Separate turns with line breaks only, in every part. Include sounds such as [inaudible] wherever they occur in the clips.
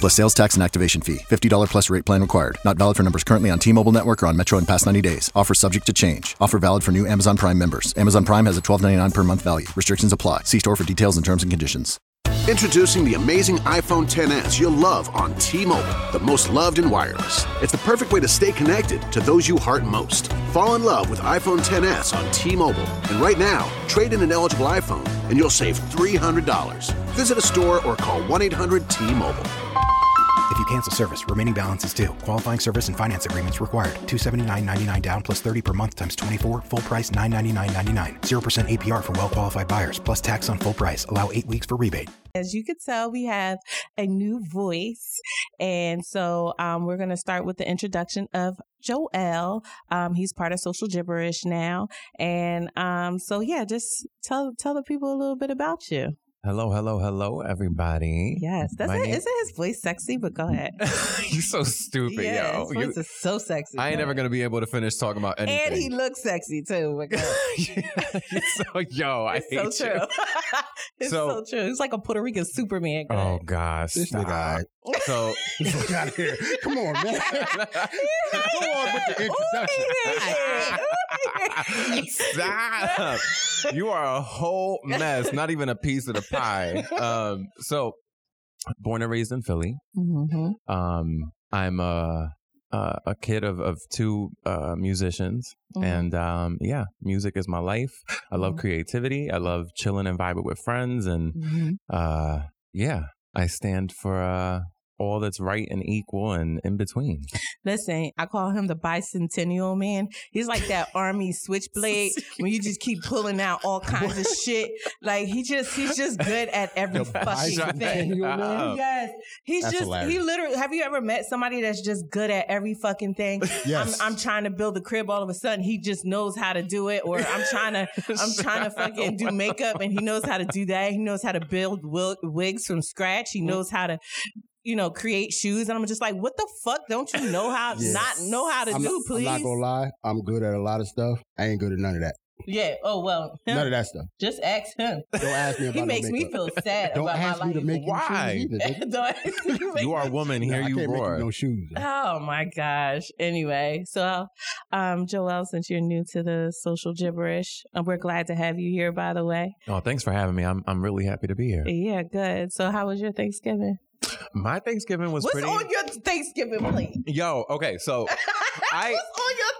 Plus sales tax and activation fee. $50 plus rate plan required. Not valid for numbers currently on T Mobile Network or on Metro in past 90 days. Offer subject to change. Offer valid for new Amazon Prime members. Amazon Prime has a $12.99 per month value. Restrictions apply. See store for details and terms and conditions.
Introducing the amazing iPhone 10s you'll love on T-Mobile, the most loved in wireless. It's the perfect way to stay connected to those you heart most. Fall in love with iPhone 10s on T-Mobile, and right now, trade in an eligible iPhone and you'll save $300. Visit a store or call 1-800-T-Mobile.
If you cancel service, remaining balance is due. Qualifying service and finance agreements required. 279.99 down plus 30 per month times 24. Full price 999.99. 0% APR for well qualified buyers plus tax on full price. Allow 8 weeks for rebate.
As you could tell, we have a new voice. And so um, we're going to start with the introduction of Joel. Um, he's part of Social Gibberish now. And um, so, yeah, just tell, tell the people a little bit about you.
Hello, hello, hello, everybody.
Yes, that's
My
it.
name-
Isn't his voice sexy? But go ahead.
You're so [laughs] stupid,
yeah,
yo.
his
You-
voice is so sexy.
I ain't
Go
never
ahead.
gonna be able to finish talking about anything.
And he
[laughs]
looks sexy too. But go ahead. [laughs]
You're so, yo, I
It's
hate
so
you.
true. [laughs]
[laughs]
it's so,
So-
true. It's like a Puerto Rican Superman. Go
Oh
ahead.
gosh.
This
stop.
nigga, [laughs]
So
fuck out
[laughs]
of here. Come
[laughs]
on, man. [laughs] Go on with the introduction.
Stop. You are a whole mess, not even a piece of the
[laughs]
pie. Um, so born and raised in Philly.
hmm
Um, I'm a a, a kid of of two uh, musicians.
Mm-hmm.
and um, yeah, music is my life. I love
Mhm.
creativity. I love chilling and vibing with friends, and
Mhm.
uh, yeah, I stand for uh, all that's right and equal and in between.
[laughs] listen, I call him the bicentennial man. He's like
[laughs]
that army switchblade when you just keep pulling out all kinds of shit. Like he just he's just good at every
The
fucking thing.
bicentennial man?
Yes, he's
That's
just he
hilarious.
literally. Have you ever met somebody that's just good at every fucking thing?
Yes.
I'm, I'm trying to build a crib. All of a sudden, he just knows how to do it. Or I'm trying
[laughs]
to I'm trying to fucking do makeup, and he knows how to do that. He knows how to build wil- wigs from scratch. He
Mm-hmm.
knows how to. You know, create shoes, and I'm just like, what the fuck? Don't you know how
[laughs] Yes.
not know how to
I'm,
do?
I'm
please,
not gonna lie. I'm good at a lot of stuff. I ain't good at none of that.
yeah. Oh well, him.
None of that stuff.
[laughs] just ask him.
Don't [laughs] ask me
[laughs]
about
He
no
makes me
makeup.
feel sad
[laughs] Don't
about
ask
my
me
life.
to make you
Why?
shoes
[laughs]
either. nigga.
Don't ask
[laughs]
me to make
You are a woman.
Nah,
Here
I
you
can't make
roar.
no shoes.
[laughs] Oh my gosh. Anyway, so um Joel, since you're new to the social gibberish, uh, we're glad to have you here by the way.
oh, thanks for having me. I'm I'm really happy to be here.
Yeah, good. So how was your Thanksgiving?
My Thanksgiving was
What's
pretty.
on your Thanksgiving plate? [laughs]
Yo, okay, so
What's on
I-
your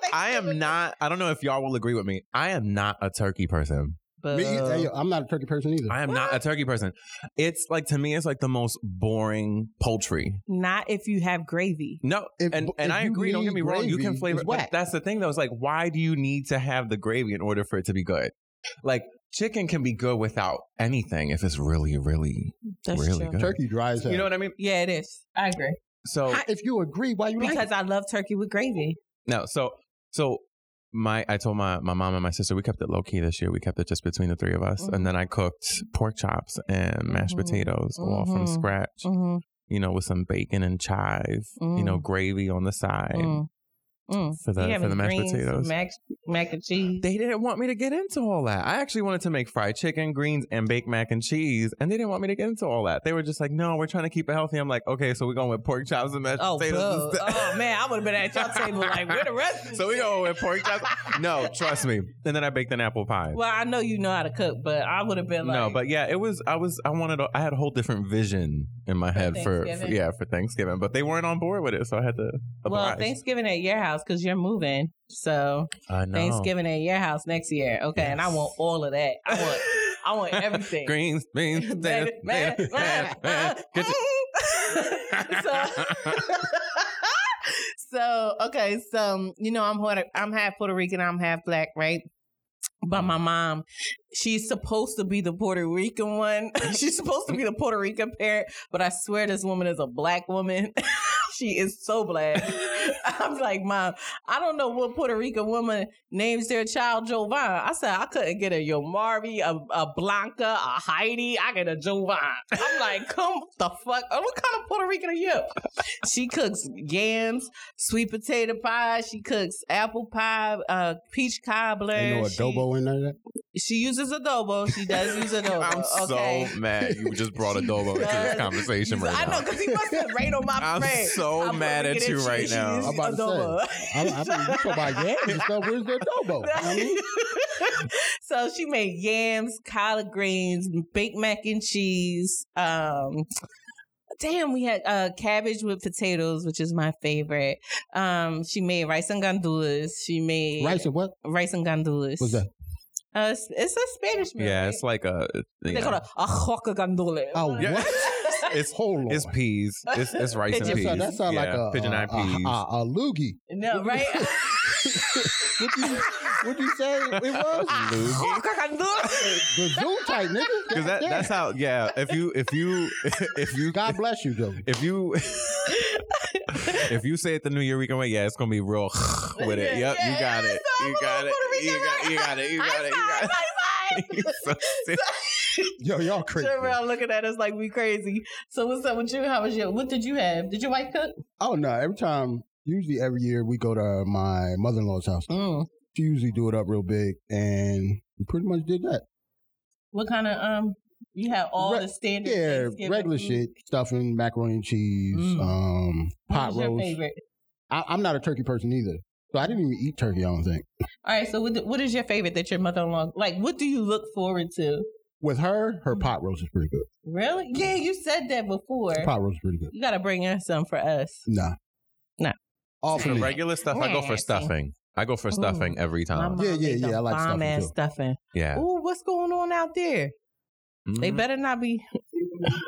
Thanksgiving
I am not. I don't know if y'all will agree with me. I am not a turkey person.
plate?
Me either.
Boo.
Hey, yo, I'm not a turkey person either.
I am not a turkey person. It's like to me, it's like the most boring poultry.
Not if you have gravy.
No,
If-
and
if
and I
you
agree. Don't get me
need
wrong. You can
gravy,
flavor.
it's
But
whack.
that's the thing, though. It's like, why do you need to have the gravy in order for it to be good? Like chicken can be good without anything if it's really, really,
That's
really
true.
good.
[laughs] turkey dry as hell.
You know what I mean?
Yeah, it is. I agree.
So
if you agree, why you like
Because I love turkey with gravy.
no, so so my I told my my mom and my sister we kept it low key this year. We kept it just between the three of us,
Mhm.
Mm-hmm.
and then I cooked pork chops and mashed
Mhm.
potatoes all from
Mhm.
scratch.
Mm-hmm.
You know, with some bacon and chive. You
Mm.
know, gravy on the side. for the- for the mashed potatoes.
Mac, mac and cheese.
they didn't want me to get into all that. I actually wanted to make fried chicken, greens, and baked mac and cheese, and they didn't want me to get into all that. They were just like, "No, we're trying to keep it healthy." I'm like, "Okay, so we're going with pork chops and mashed
Oh, boo.
potatoes." instead."
oh man, I would have been at y'all table like, where the
[laughs]
rest? of
so we
this
go
shit?
with pork chops.
[laughs]
No, trust me. And then I baked an apple pie.
Well, I know you know how to cook, but I would have been like,
no, but yeah, it was. I was. I wanted. A, I had a whole different vision in my head for, for
Thanksgiving?
yeah for Thanksgiving, but they weren't on board with it, so I had to.
well,
Oblige.
Thanksgiving at your house because you're moving, so
I know. [laughs]
Thanksgiving at your house next year, okay? And I
Yes.
want all of that. I want, I
[laughs]
want everything.
Greens,
[laughs]
[laughs] beans,
Man,
potatoes,
man,
[laughs] potatoes,
man,
potatoes,
[laughs] man.
potatoes.
so, [laughs] so okay, so um, you know I'm Puerto, I'm half Puerto Rican, I'm half black, right? But my mom, she's supposed to be the Puerto Rican one. [laughs] she's supposed to be the [laughs] Puerto Rican parent, but I swear this woman is a black [laughs] woman. she is so black. I'm like, Mom, I don't know what Puerto Rican woman names their child Jovan. I said, I couldn't get a Yomari, a, a Blanca, a Heidi. I get a Jovan. I'm like, come the fuck. oh, What kind of Puerto Rican are you? She cooks yams, sweet potato pie. She cooks apple pie, uh, peach cobbler.
Ain't no
uh, She-
adobo in there.
She, uses adobo. She does
[laughs]
use adobo.
I'm
Oh, okay?
so mad you
[laughs]
just brought adobo into
does.
this conversation right
I
now.
know because he must have right on my
[laughs] I'm
friend.
so
I'm
mad
looking
at you
she-
right
she
now.
is
I'm about to
adobo.
I, I mean, you talk about yams and stuff. Where's the adobo? I
[laughs]
mean,
so she made yams, collard greens, baked mac and cheese. Um, damn, we had uh, cabbage with potatoes, which is my favorite. Um, she made rice and gandules. She made
rice and what
rice and gandules.
was that?
Uh, it's, it's a Spanish meal.
Yeah,
right?
it's like a.
they call
Yeah.
it a joca gandules.
Oh,
Yeah.
what?
It's
Hold on.
it's peas. It's, it's rice and
That
peas.
sound, that sound like
Yeah,
a uh,
pigeon eyed
a, a,
peas.
a, a loogie.
[laughs] No,
[laughs]
right?
What you what you say? It was [laughs]
Joca gandules.
the zoo type nigga.
Because that,
Goddamn.
that's how. Yeah, if you if you [laughs] if you
God bless you, Joe.
if you [laughs] if you say it the New Year weekend way, yeah, it's gonna be real [laughs] [laughs] with it.
Yeah,
Yep, you got it. You got it. You got you got it. You got it. You got it. [laughs] You're
[laughs]
so silly.
Yo, y'all crazy.
Jarrell looking at us like we crazy. So what's up with you? How was your? What did you have? Did your wife cook?
Oh no! Every time, usually every year, we go to my mother in law's house.
Mm.
She usually do it up real big, and we pretty much did that.
What kind of um? You had all
Re-
the standard,
Yeah,
Thanksgiving
regular
food?
shit, stuffing, macaroni and cheese,
Mm.
um,
What
pot
was your
roast.
favorite?
I, I'm not a turkey person either, so I didn't even eat turkey. I don't think
All right. So what, what is your favorite that your mother-in-law like? What do you look forward to?
with her,
Mm.
her pot roast is pretty good.
Really? Yeah, you said that before.
Pot roast is pretty good.
You gotta bring in some for us.
Nah,
Nah.
all for
The
me.
regular stuff, I go for
Nasty.
stuffing. I go for stuffing every
My
time.
mom
Uh, Yeah, yeah,
made the
yeah, I like
bomb
stuffing,
ass
too.
stuffing.
Yeah.
Ooh, what's going on out there? They
Mm-hmm.
Mhm.
better not be. [laughs]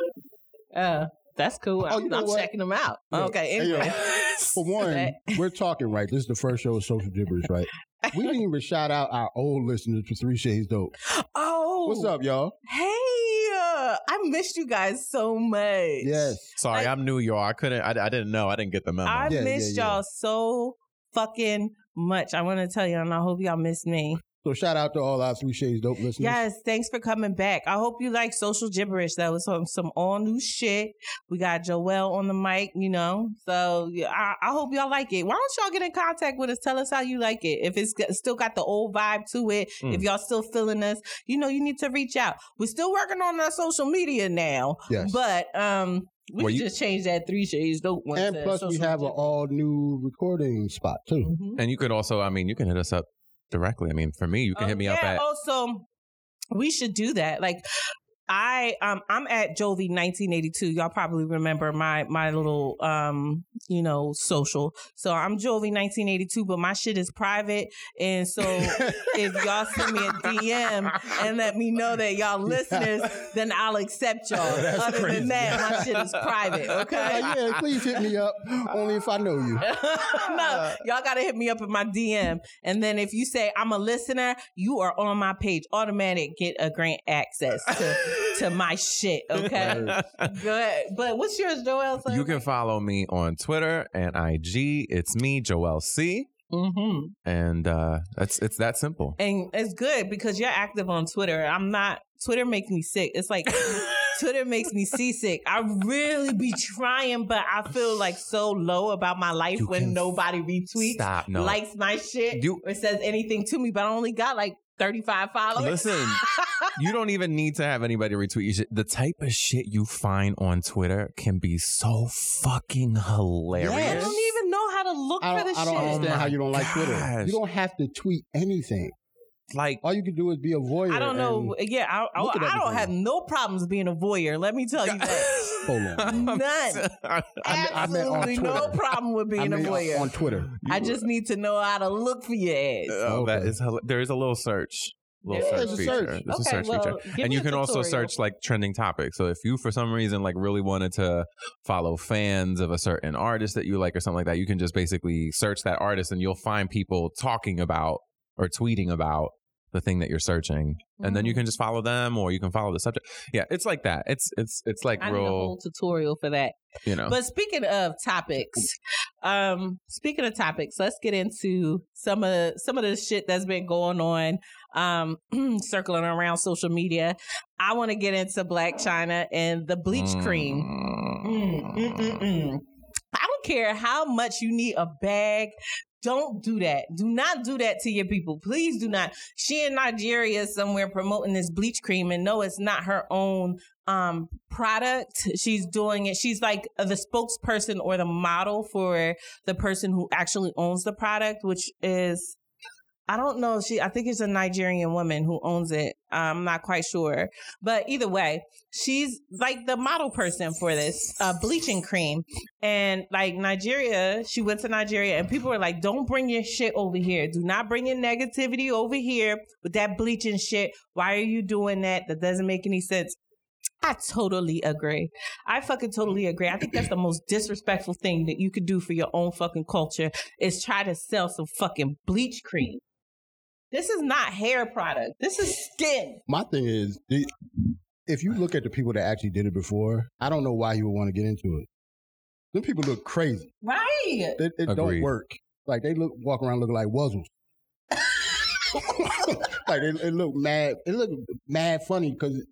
uh, that's cool.
Oh,
I'm,
you know
I'm
what?
checking them out.
Yeah.
Okay.
Hey, yo,
Anyway. [laughs]
For one, we're talking right. This is the first show of social gibberish, right? We didn't even shout out our old listeners for Three Shades Dope.
oh,
What's up, y'all?
Hey, uh, I missed you guys so much.
Yes.
Sorry, I'm New York. I couldn't. I, I didn't know. I didn't get the memo.
I
Yeah, yeah,
missed
yeah.
y'all so fucking much. I want to tell y'all, and I hope y'all miss me.
So shout out to all our Three Shades Dope listeners.
Yes, thanks for coming back. I hope you like social gibberish. That was some, some all new shit. We got Joelle on the mic, you know. So yeah, I, I hope y'all like it. Why don't y'all get in contact with us? Tell us how you like it. If it's got- still got the old vibe to it, if
Mm.
y'all still feeling us, you know, you need to reach out. We're still working on our social media now,
Yes.
but um, we
Well,
can
you-
just change that three shades dope one.
and
to
plus, we
social
have an
media.
all new recording spot
[laughs]
too.
Mhm.
and you could also. I mean, you can hit us up directly. I mean, for me, you can
Oh,
hit me
yeah,
up at.
also we should do that. Like I um I'm at Jovi 1982. Y'all probably remember my my little um you know social. So I'm Jovi 1982, but my shit is private. And so if y'all send me a DM and let me know that
[laughs]
y'all listeners, then I'll accept y'all.
That's
Other than
crazy.
that, my shit is
[laughs]
private. Okay.
Like, yeah, please hit me up. Only if I know you.
[laughs] no,
[laughs]
y'all gotta hit me up in my DM. And then if you say I'm a listener, you are on my page. Automatic get a grant access to,
[laughs]
to my shit. Okay. Good. But what's yours, Joel?
You can follow me on Twitter and IG. It's me, Joel C.
mm-hmm.
And uh, that's it's
[laughs]
that simple.
And it's good because you're active on Twitter. I'm not. Twitter makes me sick. It's
[laughs]
like Twitter makes me seasick. I really be trying, but I feel like so low about my life
You
when
can
nobody retweets,
Stop.
[laughs]
No.
likes my shit,
You-
or says anything to me. But I only got like 35 followers.
Listen, you don't even need to have anybody retweet you. The type of shit you find on Twitter can be so fucking hilarious.
I
Yes.
don't even know how to look
I
for
don't,
the
I don't
shit.
understand
Oh
how you don't like
my
Twitter.
gosh.
You don't have to tweet anything.
Like,
All you can do is be a voyeur.
I don't know. Yeah, I, I,
Look at
I don't
everything.
have no problems being a voyeur. Let me
[laughs]
tell you that. [laughs]
and- Hold on.
None.
I- I meant on
Absolutely no
Twitter.
problem with
I
being a
mean,
voyeur.
on Twitter.
I just need to know how to look for your ass.
[laughs]
Uh,
Oh, that
Okay.
is hila- there is a little search. Little
Yeah,
search
there's a
feature.
search.
Okay,
There's a search
well,
feature.
give
And
me
you
a
can also
tutorial.
search like trending topics. So if you for some reason like really wanted to follow fans of a certain artist that you like or something like that, you can just basically search that artist and you'll find people talking about or tweeting about the thing that you're searching. And then you
Mm.
can just follow them or you can follow the subject. Yeah, it's like that. It's it's it's like
I need a
real,
whole tutorial for that.
you know.
But speaking of topics, Um, speaking of topics, let's get into some of some of the shit that's been going on, um, [clears throat] circling around social media. I want to get into Black China and the bleach cream. Mm, mm, mm, mm. I don't care how much you need a bag. Don't do that. Do not do that to your people. Please do not. She in Nigeria somewhere promoting this bleach cream, and no, it's not her own um product. She's doing it. She's like the spokesperson or the model for the person who actually owns the product, which is I don't know. She, I think it's a Nigerian woman who owns it. I'm not quite sure, but either way, she's like the model person for this uh, bleaching cream. And like Nigeria, she went to Nigeria, and people were like, "Don't bring your shit over here. Do not bring your negativity over here with that bleaching shit. Why are you doing that? That doesn't make any sense." I totally agree. I fucking totally agree. I think that's the most disrespectful thing that you could do for your own fucking culture is try to sell some fucking bleach cream. This is not hair product. This is skin.
My thing is, the- if you look at the people that actually did it before, I don't know why you would want to get into it. Them people look crazy.
Right.
It, it don't
Agreed.
work. Like they look walk around looking like wuzzles. [laughs] like it, it look mad. It look mad funny because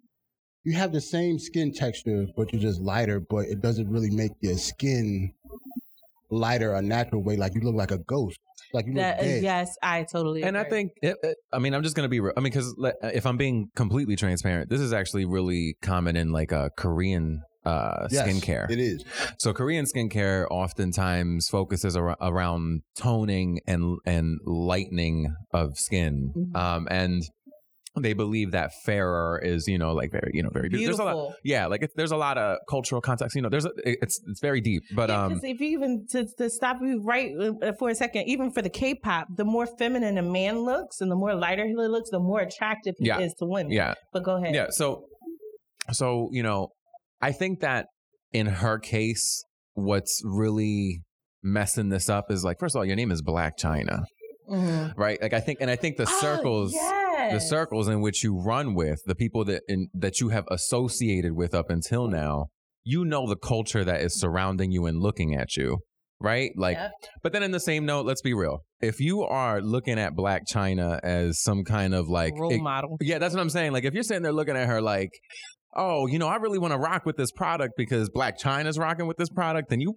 you have the same skin texture, but you're just lighter. But it doesn't really make your skin lighter a natural way. Like you look like a ghost. Like you look
That-
dead.
yes, I totally
and I
agree.
think, it, it- I mean, I'm just gonna be. Real. I mean, because if I'm being completely transparent, this is actually really common in like a Korean uh,
Yes,
skincare.
It is.
So Korean skincare oftentimes focuses ar- around toning and and lightening of skin,
Mhm.
um, and they believe that fairer is you know like very you know very be- There's a lot,
Beautiful.
yeah, like it, there's a lot of cultural context. You know, there's a, it- it's it's very deep, but
Yeah, 'cause
um,
if you even to, to stop you right uh, for a second, even for the K-pop, the more feminine a man looks and the more lighter he looks, the more attractive he
Yeah.
is to women.
yeah,
But go ahead.
yeah. So so you know, I think that in her case, what's really messing this up is like first of all, your name is Black China,
Mhm.
right? Like I think, and I think the
Oh,
circles. the
yes.
circles in which you run with, the people that in, that you have associated with up until now, you know the culture that is surrounding you and looking at you, right? Like,
Yep.
but then in the same note, let's be real. If you are looking at Black China as some kind of like,
role
it-
model.
yeah, that's what I'm saying. Like, if you're sitting there looking at her like. Oh, you know, I really want to rock with this product because Black China's rocking with this product, then you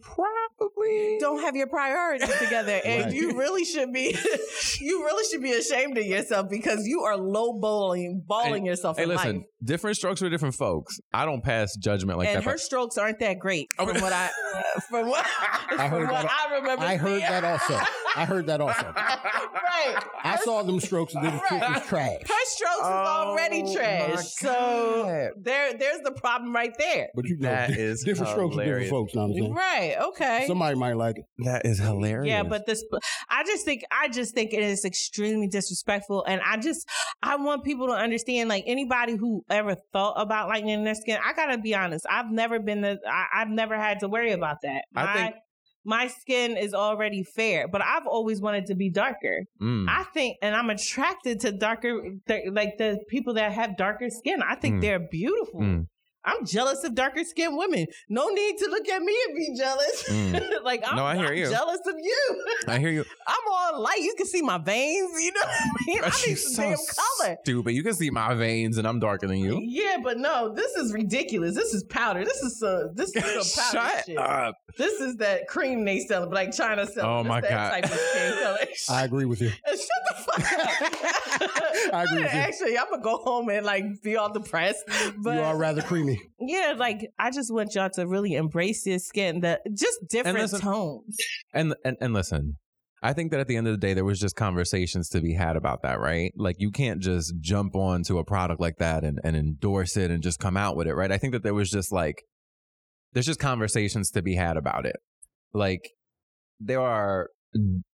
probably
don't have your priorities
[laughs]
together and
Right.
you really should be [laughs] you really should be ashamed of yourself because you are lowballing balling
Hey-
yourself
Hey,
in
listen,
life
different strokes for different folks. I don't pass judgment like
and
that.
her
but-
strokes aren't that great from what
[laughs]
i uh, from what,
Oh.
from
I heard
what
that.
I remember
I heard
seeing.
that also. I heard that also.
[laughs] right
I saw them strokes and them shit was trash.
her strokes is
Oh
already trash so there there's the problem right there
But you know,
That
di-
is
different strokes for
hilarious.
different folks. Know what I'm saying?
right okay
Somebody might like it.
That is hilarious.
Yeah, but this, I just think, I just think it is extremely disrespectful, and I just, I want people to understand, like anybody who ever thought about lightening their skin, I gotta be honest, I've never been, the, I, I've never had to worry about that.
I
My,
think-
my skin is already fair, but I've always wanted to be darker.
Mm.
I think, and I'm attracted to darker, th- like the people that have darker skin. I think
Mm.
they're beautiful.
Mm.
I'm jealous of darker skinned women. No need to look at me and be jealous.
Mm.
[laughs] like I'm,
No, I hear
I'm
you.
jealous of you. [laughs]
I hear you.
I'm all light. You can see my veins. You know what
[laughs]
I mean? I need some
You're so
damn color.
Stupid. You can see my veins, and I'm darker than you.
Yeah, but no, this is ridiculous. This is powder. This is some this is
[laughs]
some powder
Shut
shit.
up.
This is that cream they sell, like China selling.
Oh
It's
my
that
God.
Type of
[laughs]
skin color.
I agree with
[laughs]
you.
Shut the fuck
[laughs]
up.
I agree with you.
Actually, I'm gonna go home and like be all depressed. But
you are rather creamy.
yeah, like I just want y'all to really embrace your skin, the just different
listen-
tones.
And and and listen. I think that at the end of the day, there was just conversations to be had about that, right? Like you can't just jump onto a product like that and, and endorse it and just come out with it, right? I think that there was just like there's just conversations to be had about it. Like there are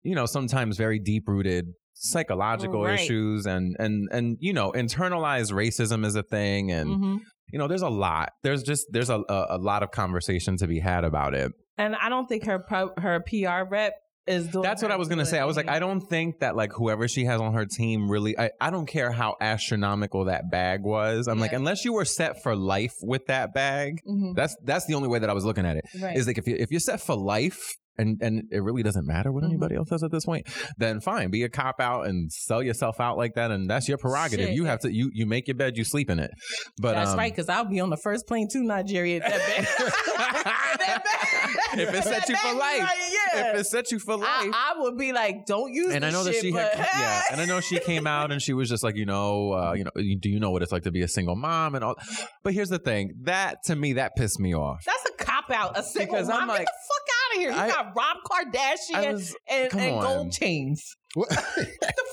you know sometimes very deep rooted psychological
Right.
issues and and and you know internalized racism is a thing and
Mhm.
you know there's a lot there's just there's a, a, a lot of conversation to be had about it
And I don't think her pro- her PR rep is doing.
that's what
her
i was gonna
good.
say i was like i don't think that like whoever she has on her team really i, I don't care how astronomical that bag was i'm like
Yeah.
unless you were set for life with that bag
Mhm.
that's that's the only way that i was looking at it. Is
Right.
like if, you, if you're set for life and and it really doesn't matter what
Mhm.
anybody else does at this point, then fine, be a cop out and sell yourself out like that, and that's your prerogative.
Shit.
You have to you you make your bed, you sleep in it. But
That's
um,
right, because I'll be on the first plane to Nigeria at
[laughs]
[laughs] that bad.
If it set you for life.
yeah.
If it set you for life,
I, I would be like, don't use
and I
this
know that
shit,
she had,
but-
[laughs] yeah,
[laughs]
and I know she came out and she was just like, you know, uh, you know, do you know what it's like to be a single mom and all? [gasps] But here's the thing, that to me, that pissed me off.
That's a cop out. A single
Because
mom.
I'm like-
Get the fuck out of here. You
I-
got Rob
I
Kardashian
was-
and,
come
and
on.
gold chains. [laughs] What the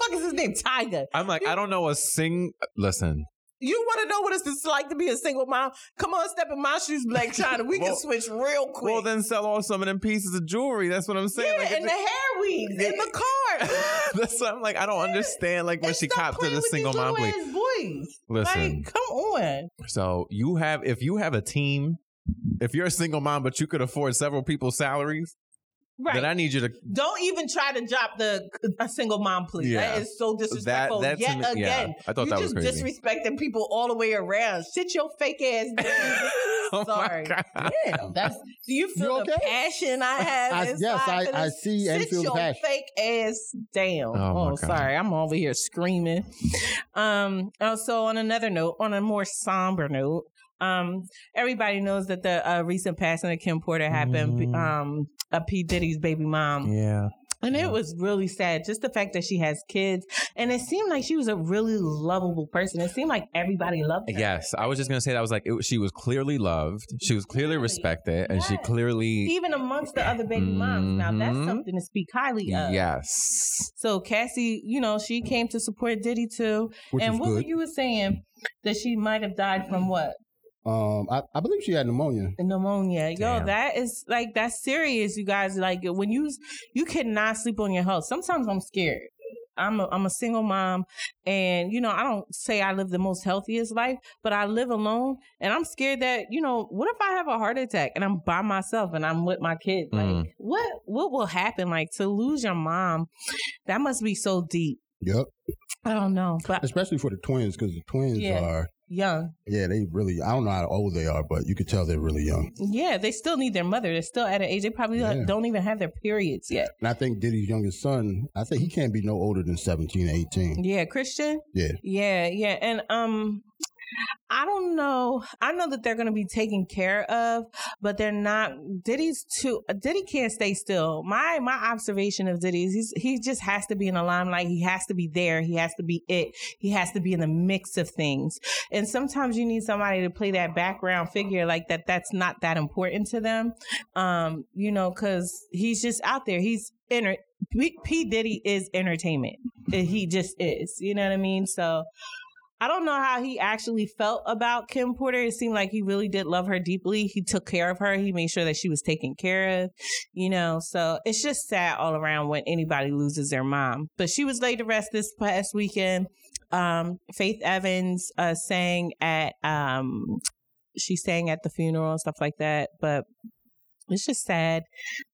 fuck is his name? Tiger.
I'm like, I don't know a sing. Listen,
You want to know what it's just like to be a single mom? Come on, step in my shoes, Black China. We
[laughs] Well-
can switch real quick.
well, then sell off some of them pieces of jewelry. That's what I'm saying.
yeah,
Like, it
and the hair weaves in the car.
just- that's what I'm like. I don't understand. Like [laughs] when
And
she
stop
copped to
playing
the
with
single
these
mom, plea.
little ass boys.
Listen,
Like, come on.
so you have if you have a team. If you're a single mom, but you could afford several people's salaries,
Right.
then I need you to [laughs]
Don't even try to drop the a single mom, please.
Yeah.
That is so disrespectful.
that to
Yet
me- yeah.
again,
I thought
you
that was
just
crazy.
disrespecting people all the way around. Sit your fake
[laughs]
ass down.
Oh my
Sorry.
God.
[laughs]
Damn, that's. Do you feel
You
the
okay?
passion I have?
I-
inside
yes, I-
for
I
this?
see and
Sit
feel the
your
passion.
fake ass down.
Oh, my
Oh,
God.
sorry, I'm over here screaming. Um. Also, on another note, on a more somber note, um, everybody knows that the uh, recent passing of Kim Porter happened.
Mm-hmm.
Mm.
Um, a P Diddy's baby mom.
yeah.
And it was really sad, just the fact that she has kids. And it seemed like she was a really lovable person. It seemed like everybody loved her.
Yes, I was just gonna say that. I was like, it, was- she was clearly loved, she was clearly respected, and she
Yes.
clearly,
Even amongst the other baby moms. Now,
Mhm.
that's
Mm-hmm.
something to speak highly of.
yes,
So, Cassie, you know, she came to support Diddy too.
Which
and
is
what
good.
were you were saying? That she might have died from what?
Um, I, I believe she had pneumonia.
Pneumonia.
Damn.
Yo, that is like, that's serious, you guys. Like, when you, you cannot sleep on your health. Sometimes I'm scared. I'm a, I'm a single mom and you know I don't say I live the most healthiest life but I live alone and I'm scared that you know what if I have a heart attack and I'm by myself and I'm with my kids
Mm.
like what what will happen like to lose your mom that must be so deep
Yep.
I don't know but
Especially for the twins, because the twins
Yeah.
are
young
yeah, they really I don't know how old they are, but you could tell they're really young.
yeah they still need their mother they're still at an age they probably
Yeah.
don't even have their periods yet
And I think Diddy's youngest son, I think he can't be no older than 17, 18.
yeah Christian
Yeah.
Yeah, yeah. And um I don't know. I know that they're going to be taken care of, but they're not. Diddy's too. Diddy can't stay still. My my observation of Diddy is he's, he just has to be in the limelight. He has to be there. He has to be it. He has to be in the mix of things. And sometimes you need somebody to play that background figure like that. That's not that important to them, um, you know, because he's just out there. He's enter. P-, P Diddy is entertainment. He just is. You know what I mean? So. I don't know how he actually felt about Kim Porter. It seemed like he really did love her deeply. He took care of her. He made sure that she was taken care of, you know. So it's just sad all around when anybody loses their mom. But she was laid to rest this past weekend. Um, Faith Evans uh, sang at um, she sang at the funeral and stuff like that. But it's just sad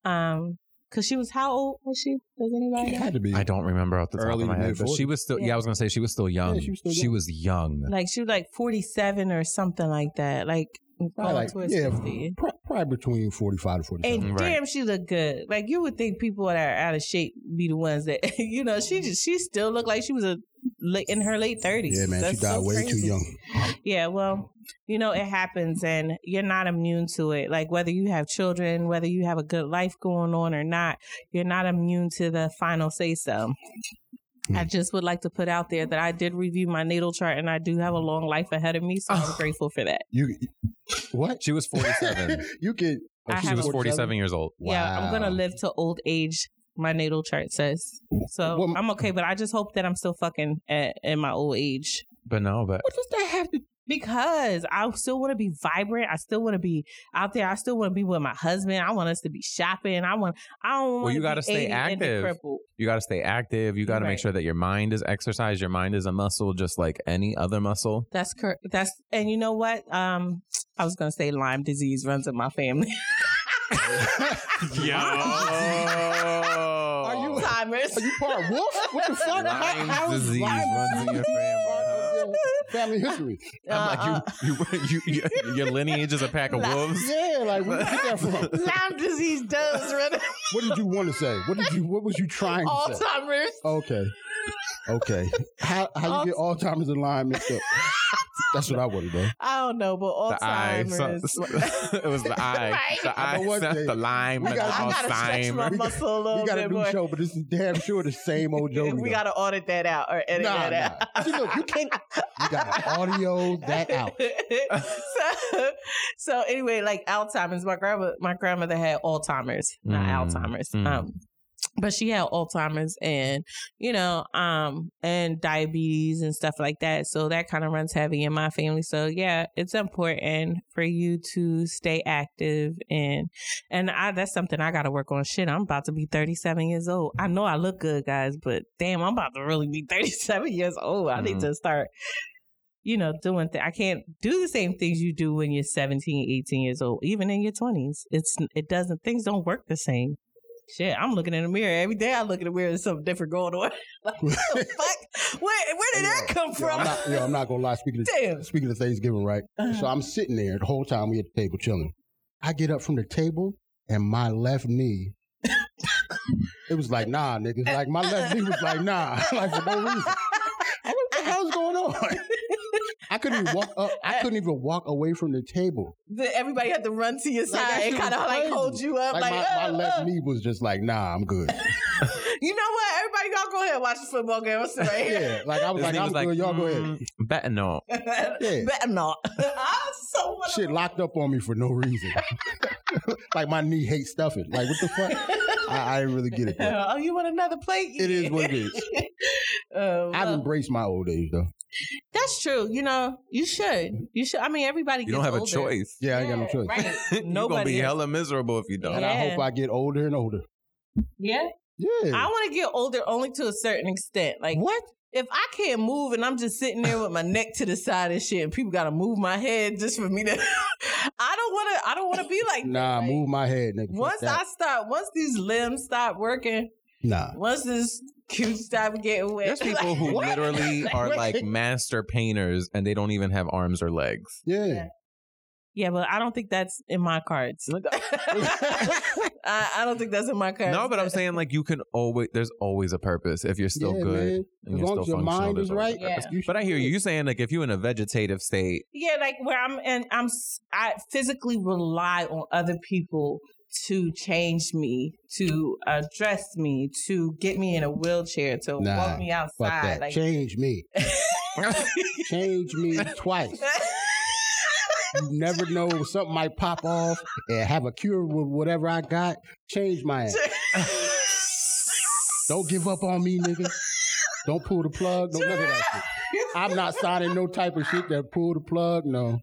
um, because she was how old was she? Does anybody?
It
know?
had to be.
I don't remember off the top
Early
of my
to
head, but she
mid-forties.
was still. Yeah. I was gonna say she was still young.
Yeah, she was still
She
young.
was young.
like she was like 47 or something like that like
Probably
going
like,
towards
yeah,
50
pro- probably between 45 to 47.
and
Right.
damn she looked good like you would think people that are out of shape be the ones that [laughs] you know she just she still looked like she was a late in her late 30s
yeah, man, she
That's
died
so
way too
crazy.
young.
yeah
Mm.
well you know it happens and you're not immune to it like whether you have children whether you have a good life going on or not you're not immune to the final say so
Mm.
I just would like to put out there that I did review my natal chart and I do have a long life ahead of me, so
Oh.
I'm grateful for that.
You what?
She was [laughs] forty-seven.
you could.
I
Oh, she
have
was
a-
forty-seven years old.
Yeah, I'm
Wow.
gonna live to old age. My natal chart says so.
Well,
I'm okay, but I just hope that I'm still fucking at, in my old age
But no, but
what does that have to because I still want to be vibrant. I still want to be out there. I still want to be with my husband. I want us to be shopping. I want. I don't.
Well, you
got
gotta
to
stay active. you got to stay active. You got to make
Right.
sure that your mind is exercised. Your mind is a muscle, just like any
[laughs]
other muscle.
That's correct. That's and you know what? Um, I was gonna say Lyme disease runs in my family.
Yo, [laughs] are
[laughs]
you-
Alzheimer's.
[laughs]
Are you part wolf? What the fuck?
Lyme
How is
disease
Lyme
runs in your family?
part of
huh?
your- family history.
I'm
Uh,
like you, [laughs] you, you, you, your lineage is a pack of wolves.
Yeah, like where did you get that from?
Uh, Lyme disease does
[laughs]
run
What did you want to say? What did you? What was
[laughs]
you trying to say?
Alzheimer's.
Okay, okay. How how you get Alzheimer's and Lyme mixed up? That's what I want to know.
I don't know, but
The eye, so- [laughs]
Alzheimer's.
it was
[laughs]
[laughs] the eye,
Right.
the
I
eye,
know one
so-
thing.
the lime,
We
and the
gotta-
I gotta stretch my
Alzheimer. [laughs]
muscle a
Oh,
little
We got a
bit
new
more.
show, but this is damn sure the
[laughs]
same old Jody.
we
though.
gotta audit that out or edit
Oh, nah,
that out.
nah.
[laughs]
See, look, you can't. You gotta audio
[laughs]
that out.
[laughs] so, so anyway, like Alzheimer's. My grandma, my grandmother had Alzheimer's, not
Mm,
Alzheimer's.
mm.
Um, but she had Alzheimer's and you know, um, and diabetes and stuff like that. So that kind of runs heavy in my family. So yeah, it's important for you to stay active and and I that's something I got to work on. Shit, I'm about to be 37 years old. I know I look good, guys, but damn, I'm about to really be [laughs] 37 years old. I need
Mhm.
to start you know, doing th- I can't do the same things you do when you're 17, 18 years old, even in your 20s. It's it doesn't things don't work the same. Shit, I'm looking in the mirror every day. I look in the mirror, there's something different going on. [laughs] like, what
[laughs]
the fuck? Where where did that come
Yo,
from?
I'm not, yo, I'm not gonna lie. Speaking of
[laughs] Damn.
speaking of Thanksgiving, right?
Uh-huh.
So I'm sitting there the whole time we at the table chilling. I get up from the table and my left
[laughs]
knee. it was like nah, niggas. Like my left knee was like nah, [laughs] like for no reason. I'm like, what the hell's going on? [laughs] I couldn't even walk up. I couldn't even walk away from the table.
Then everybody had to run to your
that
side and
shit
kind of
was
like
crazy.
hold you up,
Like,
like,
my, my
uh, uh.
left knee was just like nah, I'm good.
you know what? Everybody, y'all go ahead and watch the football game. I'm sitting right here.
[laughs] Yeah, like I was
His
like,
name
I'm
was like,
good. Y'all go ahead.
mm, [laughs] Better no.
[laughs]
Yeah.
Better not. I'm so
shit locked up on me for no reason. [laughs] like my knee hates stuffing. Like what the fuck? I, I didn't really get it. But
[laughs] Oh, you want another plate?
it is what it is.
Uh,
I've
well,
embraced my old age though.
that's true. You know, you should. You should. I mean, everybody.
You don't
gets
have a
older.
choice.
Yeah, I ain't got no choice. [laughs]
Right.
You're gonna be
is.
hella miserable if you don't.
And
Yeah.
I hope I get older and older.
Yeah.
Yeah.
I want to get older only to a certain extent. Like what? If I can't move and I'm just sitting there with
[laughs]
my neck to the side and shit, and people gotta move my head just for me to, [laughs] I don't want to. I don't want to be like.
nah,
that. Like,
move my head, nigga. Fuck
Once
that.
I start, once these limbs stop working,
nah.
once this [laughs] cute stop getting wet,
There's people who
What? [laughs]
[laughs]
literally are like master painters and they don't even have arms or legs.
Yeah.
Yeah, but I don't think that's in my
[laughs]
cards. [laughs] I, I don't think that's in my cards.
No, but I'm saying like you can always. There's always a purpose if you're still
Yeah,
good
man.
and
As
you're
long
still
as your
functional,
mind
there's
is
always a
right.
Yeah.
purpose. But I hear you. You're saying like if you're in a vegetative state,
yeah, like where I'm and I'm s- I physically rely on other people to change me, to address me, to get me in a wheelchair, to
Nah,
walk me
Fuck
outside.
that.
Like [laughs]
Change [laughs] me. Change me twice. You never know something might pop off and have a cure with whatever I got. Change my ass. Don't give up on me, nigga. Don't pull the plug. Don't none of that shit. I'm not signing no type of shit that pull the plug. No.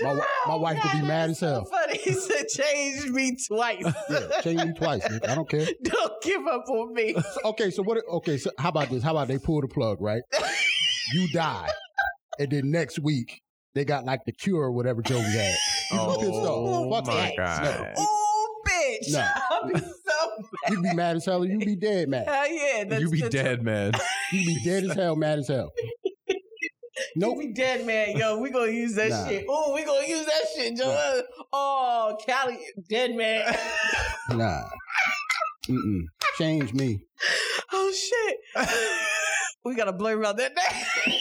My, wi- my wife could be mad as hell.
funny. [laughs] He said, "Change me twice.
[laughs] Yeah, change me twice. nigga. I don't care.
[laughs] Don't give up on me."
[laughs] So- okay, so what? Okay, so how about this? How about they pull the plug, right? You die, and then next week they got like the cure or whatever Joey had. You
Oh,
pissed off. Fuck
my
that.
God.
No.
oh, bitch!
No.
[laughs] I'll be so
You'd be mad as hell, and you'd be dead mad.
mad. Yeah, that's
you be
the-
dead,
[laughs]
man.
You'd be dead as hell, mad as hell. Nope.
We dead man, yo. We gonna use that
Nah.
shit. Oh, we gonna use that shit, Joel. Oh, Cali, dead man.
[laughs] Nah. Mm-mm. Change me.
oh shit.
[laughs]
we gotta blur about that name.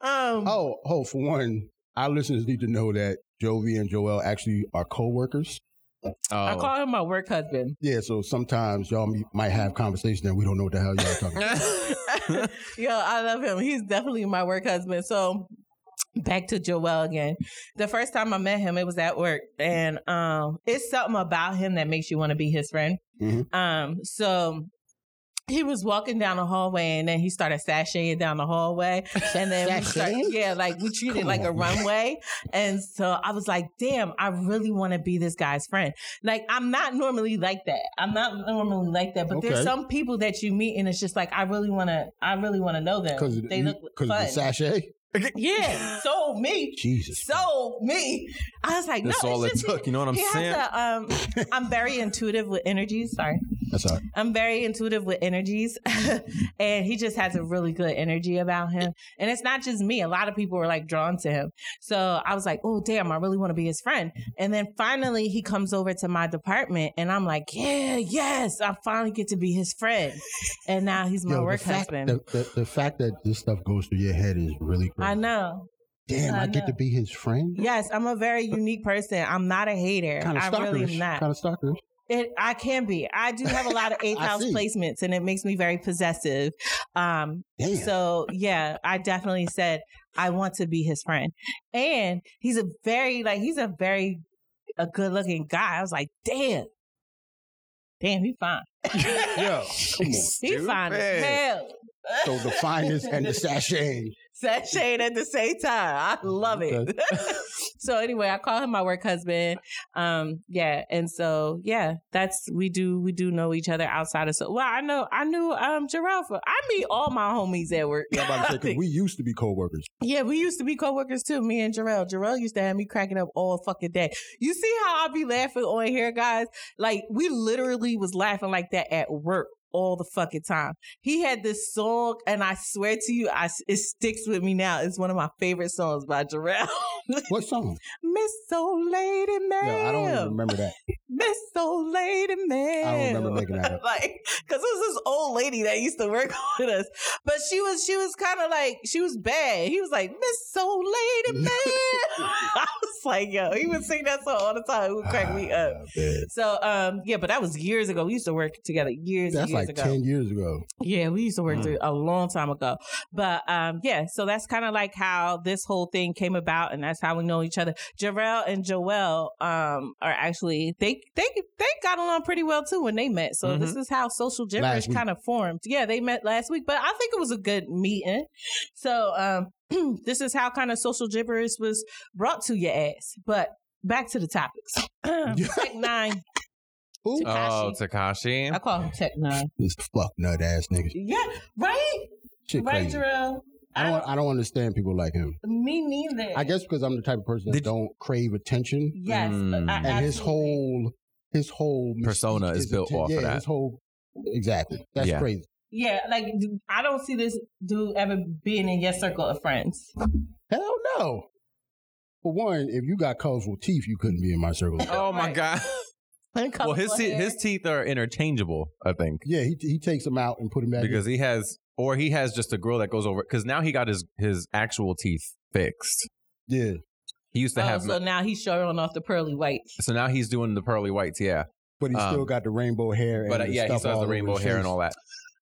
um.
Oh, oh, for one, our listeners need to know that Jovi and Joel actually are co-workers.
I
Oh.
call him my work husband.
Yeah, so sometimes y'all m- might have conversations and we don't know what the hell y'all
[laughs]
talking about.
Yo, I love him. He's definitely my work husband. So back to Joel again. The first time I met him, it was at work, and um, it's something about him that makes you want to be his friend.
Mhm.
Um, so. He was walking down the hallway and then he started sashaying down the hallway. And then we start,
Sashaying?
yeah, like we treated
Come
like a
on, man.
runway. And so I was like, damn, I really want to be this guy's friend. Like, I'm not normally like that. I'm not normally like that. But there's
Okay.
some people that you meet and it's just like, I really want to, I really want to know them.
Because of,
they
the-
look
cause of the
fun.
sachet?
[laughs] yeah,
[laughs]
sold me.
Jesus.
Sold me. I was like,
That's
no,
all
it's
it
just-
took. You know what I'm
he has
saying? [laughs]
a, um, I'm very intuitive with energy. Sorry.
That's all.
I'm very intuitive with energies, [laughs] and he just has a really good energy about him. And it's not just me; a lot of people were like drawn to him. So I was like, "Oh, damn! I really want to be his friend." And then finally, he comes over to my department, and I'm like, "Yeah, yes! I finally get to be his friend." And now he's my
Yo,
work
the fact,
husband.
the, the, the fact that this stuff goes through your head is really crazy.
I know.
Damn, I,
I
get
know.
to be his friend.
Yes, I'm a very unique person. I'm not a hater.
Kind of
I really am not.
Kind of stalkerish.
It, I can be. I do have a lot of eighth
[laughs] I
house
see.
placements, and it makes me very possessive. Um,
Damn.
so yeah, I definitely said I want to be his friend, and he's a very like he's a very a good looking guy. I was like, damn, damn, he fine.
[laughs] Yo, come on.
[laughs] he fine as
Stupid.
hell.
So the finest
[laughs]
and the Mm, sachet.
sashayed at the same time. I love it. [laughs] so anyway, I call him my work husband. Um, yeah, and so yeah, that's we do we do know each other outside of so. Well, I know I knew um Jarrell. for- I meet all my homies at work.
Yeah, I'm about to say,
[laughs]
'cause we used to be coworkers.
Yeah, we used to be coworkers too, me and Jarrell. Jarrell used to have me cracking up all fucking day. You see how I be laughing on here, guys? Like we literally was laughing like that at work all the fucking time. He had this song, and I swear to you, I it sticks with me now. It's one of my favorite songs by Jarrell. [laughs]
What song?
Miss Old Lady Man.
No, I don't even remember that.
Miss Old Lady Man.
I don't remember making that up.
[laughs] like because it was this old lady that used to work [laughs] with us but she was she was kind of like she was bad he was like miss old lady
[laughs]
man [laughs] i was like yo he would sing that song all the time it would [laughs] crack me up
Ah, man.
so um yeah but that was years ago we used to work together years and
That's
years
like
ago
ten years ago.
yeah, we used to work
Mm.
through a long time ago. But um, yeah, so that's kind of like how this whole thing came about, and that's how we know each other. Jarrell and Joelle um, are actually they they they got along pretty well too when they met. So this is how social gibberish
Mm-hmm. Last week.
kind of formed. Yeah, they met last week, but I think it was a good meeting. So um, [clears throat] this is how kind of social gibberish was brought to your ass. But back to the topics. [clears throat] Tech Nine,
Who?
[laughs] Oh, Takashi.
I call him Tech
[laughs]
Nine.
This fuck nut ass nigga.
Yeah, right,
Shit
right,
crazy.
Jarrell.
I don't. I don't understand people like him.
Me neither.
I guess because I'm the type of person that
Did-
don't crave attention,
Yes.
Mm.
I-
And
and his
absolutely.
whole his whole
Persona
mystique
is built
atten-
off of
yeah,
that.
His whole exactly. That's
Yeah.
crazy.
Yeah, like I don't see this dude ever being in your circle of friends.
Hell no. For one, if you got colorful teeth, you couldn't be in my circle.
oh my
Right.
[laughs]
god. well, his te- his teeth are interchangeable. I think
yeah, he he takes them out and put them back. in.
because he has, or he has just a grill that goes over. Because now he got his his actual teeth fixed.
yeah,
He used to
Oh,
have.
so
So,
now he's showing off the pearly whites.
now he's doing the pearly whites. Yeah,
but he
Um,
still got the rainbow hair. And
but uh,
the
yeah, he
stuff
still
all
has the
over
rainbow
his
hair and
face.
all that.